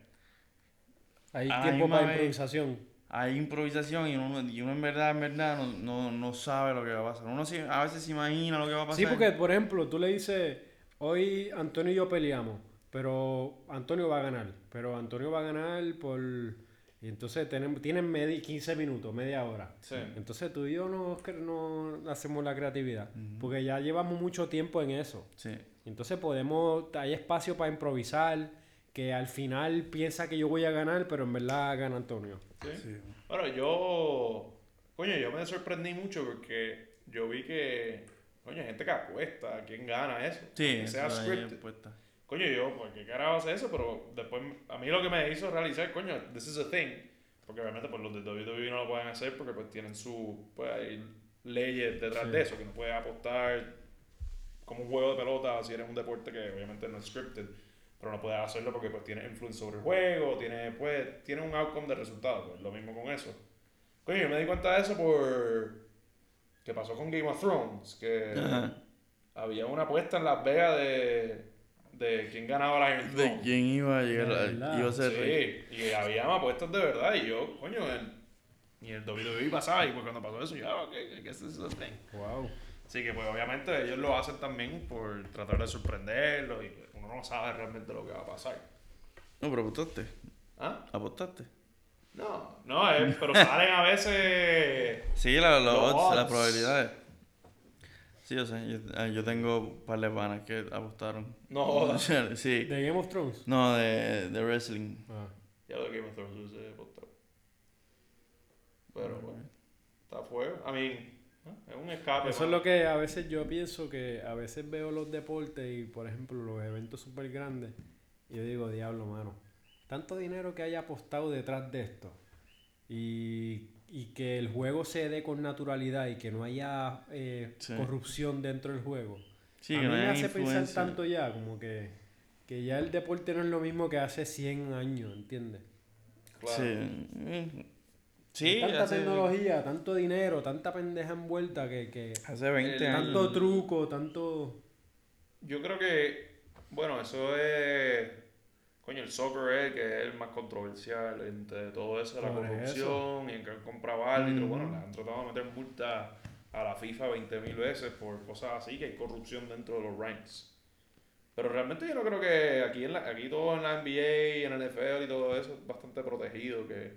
B: Hay
C: Ah,
B: tiempo
C: misma
B: para
C: vez.
B: improvisación.
C: hay improvisación y uno, y uno en verdad, en verdad no, no, no sabe lo que va a pasar. Uno sí- a veces se imagina lo que va a pasar.
B: Sí, porque, por ejemplo, tú le dices, hoy Antonio y yo peleamos, pero Antonio va a ganar. Pero Antonio va a ganar por Y entonces tienen, tienen media, 15 minutos, media hora.
A: Sí.
B: Entonces tú y yo no, cre- no hacemos la creatividad, porque ya llevamos mucho tiempo en eso.
C: Sí.
B: Entonces podemos, hay espacio para improvisar, que al final piensa que yo voy a ganar, pero en verdad gana Antonio.
A: Sí. Ahora, yo. Coño, yo me sorprendí mucho porque yo vi que. Coño, hay gente que apuesta, ¿quién gana eso?
C: Sí,
A: Aunque sea
C: eso ahí
A: scripted.
C: puesta.
A: Coño, yo, ¿por qué carajo hace eso? Pero después, a mí lo que me hizo realizar, coño, this is a thing. Porque obviamente pues, los de WWE no lo pueden hacer porque pues tienen su, pues hay leyes detrás
B: Sí.
A: de eso, que no puedes apostar como un juego de pelota si eres un deporte que obviamente no es scripted, pero no puedes hacerlo porque pues tiene influencia sobre el juego, tiene, pues, tiene un outcome de resultado, pues lo mismo con eso. Coño, yo me di cuenta de eso por... que pasó con Game of Thrones, que...
C: Ajá.
A: Había una apuesta en Las Vegas de, de quién ganaba la Iron
C: ¿De
A: Throne.
C: quién iba a llegar?
B: De
C: a-
B: verdad.
C: iba a ser rey.
A: Sí, y había apuestas de verdad. Y yo, coño, el, y el WWE pasaba. Y pues cuando pasó eso, yo, ah, ok, I guess this is a thing.
B: Wow.
A: Así que, pues obviamente, ellos lo hacen también por tratar de sorprenderlos. Y pues, uno no sabe realmente lo que va a pasar.
C: No, pero apostaste.
A: ¿Ah?
C: Apostaste.
A: No, no, eh, pero salen a veces.
C: Sí, la- los
A: Los
C: odds, las
A: odds.
C: probabilidades. Sí, yo sé. Yo, ah, yo tengo un par de panas que apostaron.
A: No jodas.
C: Sí.
B: ¿De Game of Thrones?
C: No, de, de wrestling.
B: Ah.
A: Ya lo de Game of Thrones hubiese apostado. Pero bueno, está fuego. A mí, es un escape.
B: Ah, Eso es
A: mano.
B: lo que a veces yo pienso que a veces veo los deportes y por ejemplo los eventos súper grandes y yo digo, diablo, mano, tanto dinero que haya apostado detrás de esto y, y que el juego se dé con naturalidad y que no haya eh,
C: Sí.
B: corrupción dentro del juego.
C: Sí,
B: a
C: que
B: mí
C: no
B: me
C: hay
B: hace pensar
C: influencia.
B: tanto ya, como que, que ya el deporte no es lo mismo que hace 100 años, ¿entiendes?
A: Claro.
C: Sí. Mm. Sí,
B: tanta
C: hace,
B: tecnología, tanto dinero, tanta pendeja envuelta que... que
C: hace 20 años.
B: tanto truco, tanto...
A: Yo creo que, bueno, eso es. Coño, el soccer es el que es el más controversial entre todo eso, de la
B: Por eso.
A: corrupción y en que compraba árbitros.
C: Mm.
A: Bueno, le han tratado de meter multas a la FIFA 20.000 veces por cosas así, que hay corrupción dentro de los ranks. Pero realmente yo no creo que aquí, en la, aquí todo en la NBA, en el NFL y todo eso es bastante protegido, que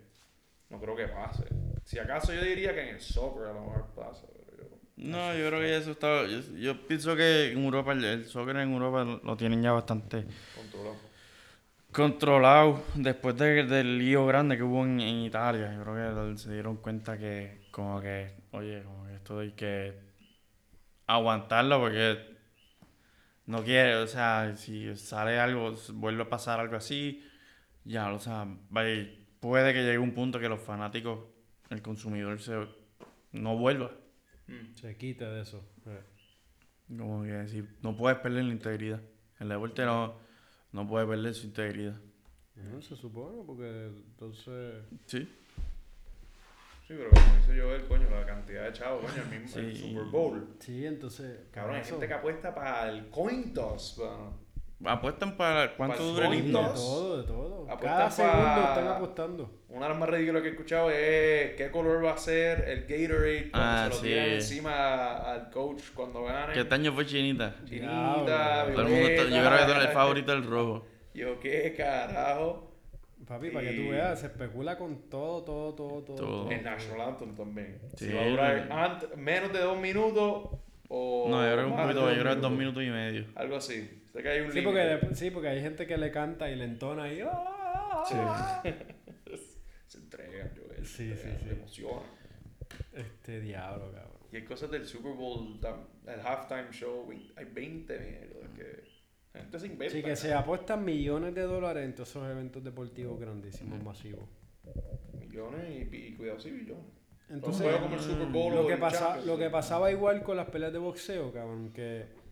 A: no creo que pase. Si acaso yo diría que en el soccer a lo mejor pasa, pero yo...
C: No, yo creo que ya eso está. Yo, yo pienso que en Europa, el, el soccer en Europa lo- lo tienen ya bastante
A: Controlado.
C: controlado. Después de- del lío grande que hubo en, en Italia, yo creo que se dieron cuenta que, como que, oye, como que esto hay que aguantarlo porque no quiere, o sea, si sale algo, vuelve a pasar algo así, ya, o sea, va y puede que llegue un punto que los fanáticos, el consumidor, se, no vuelva.
A: Mm.
B: Se quita de eso. Eh,
C: Como que decir, no puedes perder la integridad. El deporte no, no puede perder su integridad.
B: No se supone, porque entonces.
C: Sí.
A: Sí, pero como dice Joel, coño, la cantidad de chavos, coño, el mismo el
C: Sí.
A: Super Bowl.
B: Sí, entonces.
A: Cabrón, hay
B: eso,
A: gente que apuesta para el coin toss, mano.
C: Apuestan para cuánto
A: Para el
C: dura el
A: gol,
B: De
C: himno.
A: ¿no?
B: todo, de todo.
A: Apuestan
B: Cada segundo
A: pa-
B: están apostando.
A: Una de las más ridículas que he escuchado es qué color va a ser el Gatorade cuando
C: Ah,
A: se lo
C: sí.
A: tiran encima al coach cuando gane.
C: Que este año fue chinita.
A: Chinita,
B: Diablo.
C: Todo el mundo está- yo creo que todo el
A: violeta.
C: favorito es el rojo.
A: Yo, qué carajo.
B: Papi, para que
A: Y-
B: tú veas, se especula con todo, todo, todo, todo.
C: Todo.
B: todo.
A: El National Anthem también. Si
C: Oh. Sí.
A: va a durar ant- menos de dos minutos o.
C: No, yo creo que un
A: más de
C: poquito,
A: dos
C: yo creo que dos
A: minutos.
C: minutos y medio.
A: Algo así. Sé que hay un
B: Sí
A: límite.
B: porque, de- sí, porque hay gente que le canta y le entona y. ¡ah!
A: Se entregan, Joel. se
B: Sí, sí,
A: entregan,
B: sí.
A: Se emocionan.
B: Este diablo, cabrón.
A: Y hay cosas del Super Bowl, tam- el halftime show, vein- hay 20 mierdas que la gente se inventa.
B: Sí, que se apuestan millones de dólares en todos esos eventos deportivos grandísimos, masivos.
A: Millones y, y cuidado, sí, millones. Entonces,
B: Entonces,
A: juegos como el Super Bowl o
B: lo que,
A: el
B: pasa,
A: Champions,
B: lo que
A: sí.
B: pasaba igual con las peleas de boxeo, cabrón, que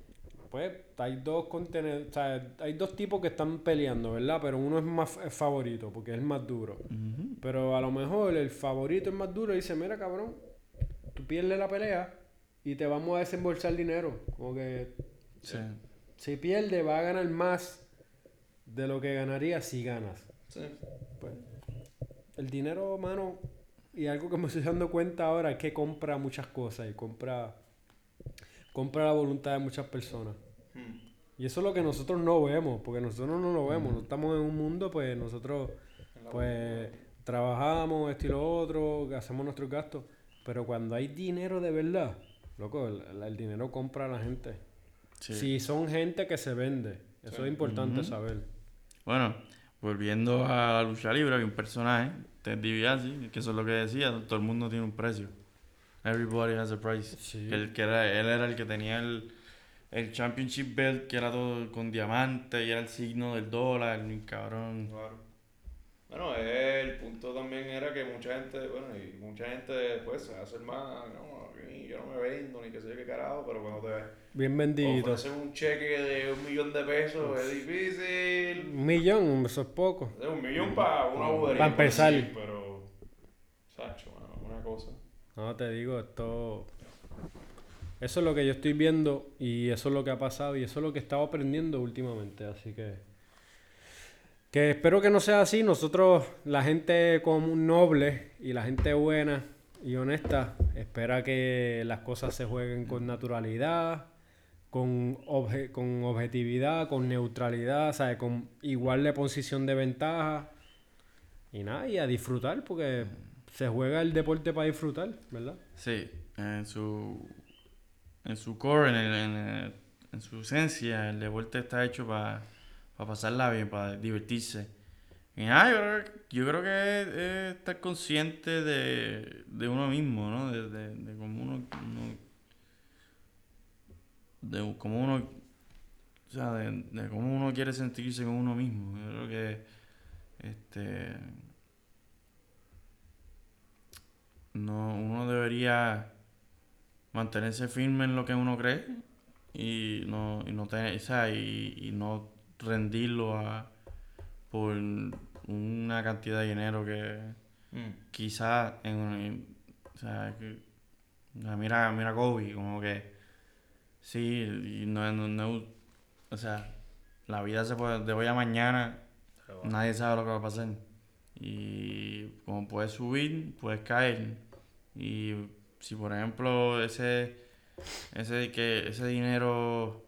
B: pues hay dos contenedores, o sea, hay dos tipos que están peleando, ¿verdad? Pero uno es más es favorito porque es el más duro.
C: Ujú.
B: Pero a lo mejor el favorito es más duro y dice, mira, cabrón, tú pierdes la pelea y te vamos a desembolsar dinero. Como que
C: Sí.
B: si pierde va a ganar más de lo que ganaría si ganas.
A: Sí.
B: Pues, el dinero, mano, y algo que me estoy dando cuenta ahora es que compra muchas cosas y compra, compra la voluntad de muchas personas.
A: Hmm.
B: Y eso es lo que nosotros no vemos, porque nosotros no lo vemos, no estamos en un mundo, pues nosotros,
A: En la
B: pues, trabajamos esto y lo otro, hacemos nuestros gastos, pero cuando hay dinero de verdad, loco, el, el dinero compra a la gente.
C: Sí.
B: Si son gente que se vende, eso es importante saber.
C: Bueno, volviendo a la lucha libre, había un personaje, Ted DiBiase, que eso es lo que decía, todo el mundo tiene un precio. Everybody has a price.
B: Sí.
C: Que él, que era, él era el que tenía el, el championship belt, que era todo con diamante y era el signo del dólar, cabrón.
E: Claro. Bueno, el punto también era que mucha gente, bueno, y mucha gente después se hace más, no, a mí, yo no me vendo ni qué sé yo qué carajo, pero cuando te
B: Bien vendido.
E: ofrecen un cheque de un millón de pesos es difícil.
B: Un millón, eso es poco.
E: Es un millón para una bobería.
B: Pa' empezar.
E: sí, pero, Sacho, mano, una cosa.
B: No, te digo, esto... Eso es lo que yo estoy viendo y eso es lo que ha pasado y eso es lo que he estado aprendiendo últimamente, así que... Que espero que no sea así. Nosotros, la gente común noble y la gente buena y honesta, espera que las cosas se jueguen con naturalidad, con, obje- con objetividad, con neutralidad, ¿sabes? con igual de posición de ventaja. Y nada, y a disfrutar, porque se juega el deporte para disfrutar, ¿verdad?
C: Sí, en su, en su core, en, el- en el- en su esencia, el deporte está hecho para pasarla bien, para divertirse. Y nada, yo creo, que- yo creo que es, es estar consciente de, de uno mismo, ¿no? De, de, de cómo uno, uno- de cómo uno, o sea, de, de cómo uno quiere sentirse con uno mismo. Yo creo que, este, no, uno debería mantenerse firme en lo que uno cree y no, y no tener, o sea, y, y no rendirlo a, por una cantidad de dinero que quizás en, en- o sea, que- ah, mira, mira Kobe, como que sí, y no, no, no- o sea, la vida se puede, de hoy a mañana Nadie sabe lo que va a pasar. Y como puedes subir, puedes caer. Y si por ejemplo ese, ese, que, ese dinero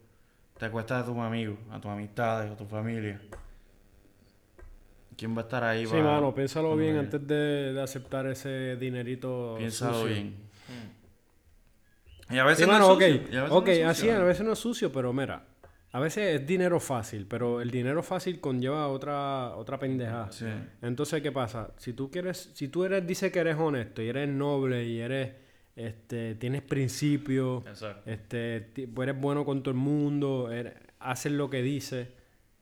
C: te cuesta a tus amigos, a tus amistades, a tu familia, ¿quién va a estar ahí?
B: Sí,
C: para-
B: mano, piénsalo
C: cuando
B: bien
C: vaya?
B: antes de, de aceptar ese dinerito.
C: Piénsalo
B: sucio.
C: bien. Y a veces
B: Sí,
C: no es
B: mano, ok,
C: sucio, y a veces no
B: ok,
C: es sucio,
B: así, a
C: ¿no?
B: veces no es sucio, pero mira, a veces es dinero fácil, pero el dinero fácil conlleva otra, otra pendejada.
C: Sí.
B: Entonces, ¿qué pasa? Si tú quieres, si tú eres, dice que eres honesto y eres noble y eres, este, tienes principios,
A: Exacto.
B: este, ti- eres bueno con todo el mundo, eres- haces lo que dices,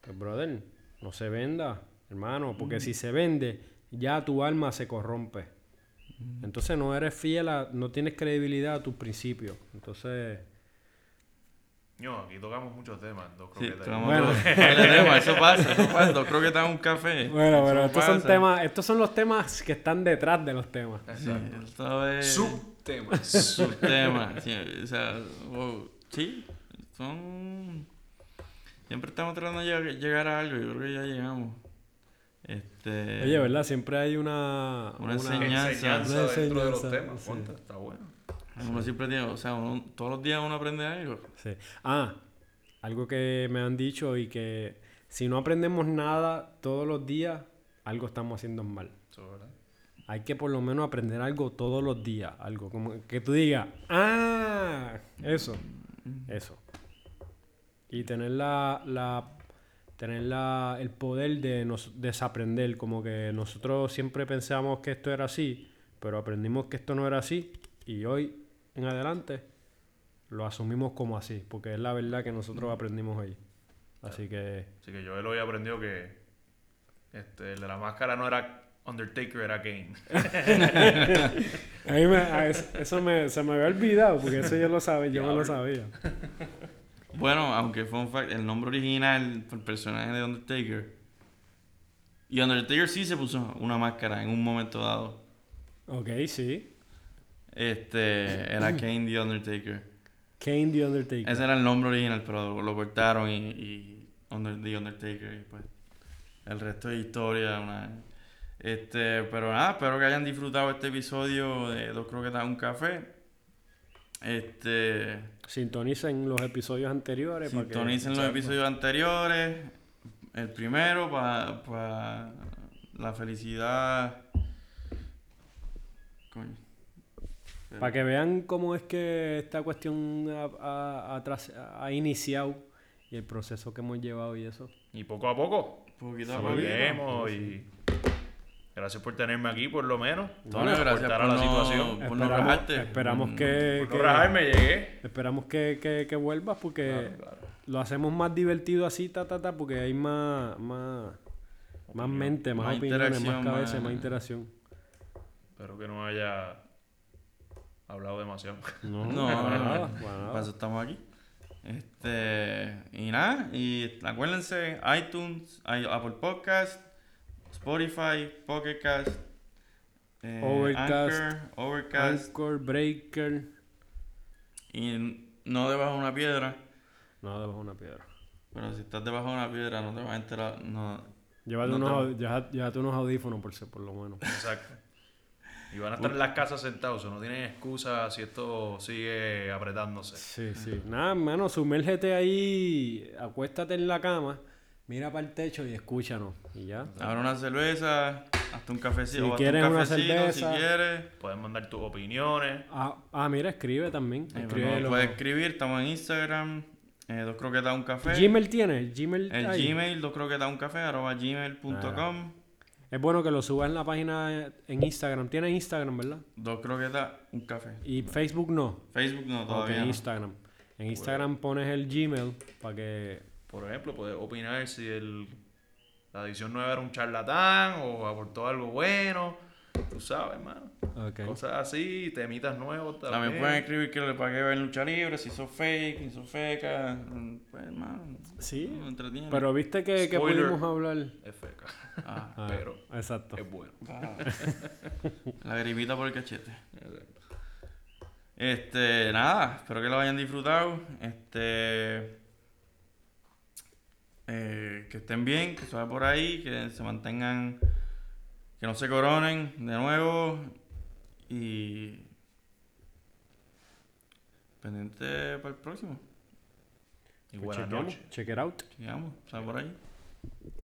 B: pues, brother, no se venda, hermano, porque si se vende, ya tu alma se corrompe. Entonces no eres fiel a, no tienes credibilidad a tus principios. Entonces,
A: No, aquí tocamos muchos temas. Dos
C: Sí,
A: croquetas.
C: tomamos
B: Bueno.
C: dos- vale, tema, eso pasa, eso pasa. Dos croquetas en un café.
B: bueno,
C: Eso
B: pero estos son
C: pasa.
B: temas, estos son los temas que están detrás de los temas.
C: Sí, esto
A: Eh,
C: es-
E: Subtemas.
C: tema. Sí, o sea, wow, sí, son. Siempre estamos tratando de lleg- llegar a algo. Yo creo que ya llegamos. Este.
B: Oye, ¿verdad? Siempre hay una,
C: Una enseñanza.
E: Enseñanza
B: Una
E: dentro de los
B: enseñanza,
E: temas.
B: sí.
E: Ponte, está bueno.
C: Uno siempre tiene, o sea, uno- todos los días uno aprende algo.
B: Sí. Ah, algo que me han dicho y que si no aprendemos nada todos los días, algo estamos haciendo mal.
A: Eso es verdad.
B: Hay que por lo menos aprender algo todos los días, algo como que tú digas, ah, eso, eso. Y tener la, la- tener la, el poder de nos, desaprender, como que nosotros siempre pensamos que esto era así, pero aprendimos que esto no era así y hoy en adelante lo asumimos como así, porque es la verdad que nosotros aprendimos hoy. Así que
A: Así que yo él hoy aprendió que este, el de la máscara no era Undertaker, era Kane.
B: A mí me- a eso, eso me, se me había olvidado, porque eso yo lo sabía, yo me lo sabía.
C: Bueno, aunque fue un fact, el nombre original por el personaje de Undertaker. Y Undertaker sí se puso una máscara en un momento dado.
B: Ok, sí.
C: Este, era Kane the Undertaker.
B: Kane the Undertaker.
C: Ese era el nombre original, pero lo cortaron y, y Under- The Undertaker y pues el resto de historia. Una, este, pero nada, espero que hayan disfrutado este episodio de Dos Croquetas Un Café. Este,
B: Sintonicen los episodios anteriores. para que-
C: sintonicen los episodios anteriores. El primero para la felicidad Coño.
B: Para que vean cómo es que esta cuestión ha, ha- ha tras- ha iniciado y el proceso que hemos llevado y eso.
A: Y poco a poco.
C: Poquito a poquito.
A: Volvemos y. Gracias por tenerme aquí, por lo menos.
C: Tony, gracias
A: Aportar
C: por
A: a la
C: no-
A: situación.
C: Por no
B: Esperamos,
C: rajarte.
B: esperamos
C: Mm,
B: que,
A: Por
B: que-
A: no rajarme, llegué.
B: esperamos que, que- que vuelvas porque lo hacemos más divertido así, ta, ta, ta, porque hay más, más, más mente, más,
C: Más
B: opiniones, más
C: interacción,
B: cabeza,
C: más-
B: más interacción.
A: Espero que no haya hablado demasiado.
B: No,
C: No,
B: para
C: no, no.
B: nada, para nada.
C: Para eso estamos aquí. Este, y nada, y acuérdense, iTunes, i- Apple Podcast, Spotify, Pocket Cast, eh,
B: Overcast,
C: Anchor, Overcast,
B: Anchor, Breaker.
C: y no debajo de una piedra,
B: No, debajo de una piedra.
C: pero si estás debajo de una piedra no te vas a enterar, no,
B: Llévate,
C: No
B: unos,
C: te-
B: au- lleva- llévate unos audífonos por, ser- por lo menos.
A: Exacto. Y van a estar en las casas sentados. o sea, No tienen excusa si esto sigue apretándose.
B: Sí, sí. Nada, hermano, sumérgete ahí, acuéstate en la cama, mira para el techo y escúchanos. Y ya.
C: abre una cerveza, hasta un cafecito,
B: Si
C: o hazte
B: quieres
C: un
B: una
C: cafecito
B: cerveza.
C: si quieres,
A: Pueden mandar tus opiniones.
B: Ah, ah, mira, escribe también.
C: Eh,
B: Escribe
C: nos puedes escribir, estamos en Instagram, eh, dos croquetas, un café.
B: Gmail tiene, Gmail.
C: El
B: ahí.
C: Gmail, dos croquetas, un café, arroba gmail.com.
B: Es bueno que lo subas en la página en Instagram. Tiene Instagram, ¿verdad?
C: Dos croquetas, un café.
B: Y Facebook no.
C: Facebook no,
B: Ok,
C: todavía. no.
B: Instagram. En Instagram pones el Gmail para que.
A: Por ejemplo, puedes opinar si el, la edición 9 era un charlatán o aportó algo bueno. Tú sabes, hermano.
B: Ok.
A: Cosas así, temitas nuevos también.
C: También pueden escribir que le pagué ver lucha libre, si son fake, si son feca. mm, Pues, hermano,
B: Sí.
C: no entretiene.
B: Pero viste que, que
A: Spoiler.
B: pudimos hablar.
A: Es feca.
C: Ah,
B: Ah,
A: Pero-
B: Exacto.
A: Es bueno.
C: ah. la gripita por el cachete. Este, nada, espero que lo hayan disfrutado. Este. eh, que estén bien, que se vayan por ahí, que se mantengan. Que no se coronen de nuevo. Y. Pendiente para el próximo.
A: Y
B: Pues
A: buenas
B: chequeamos.
A: noches.
B: Check it out.
C: Sigamos, se vayan por ahí.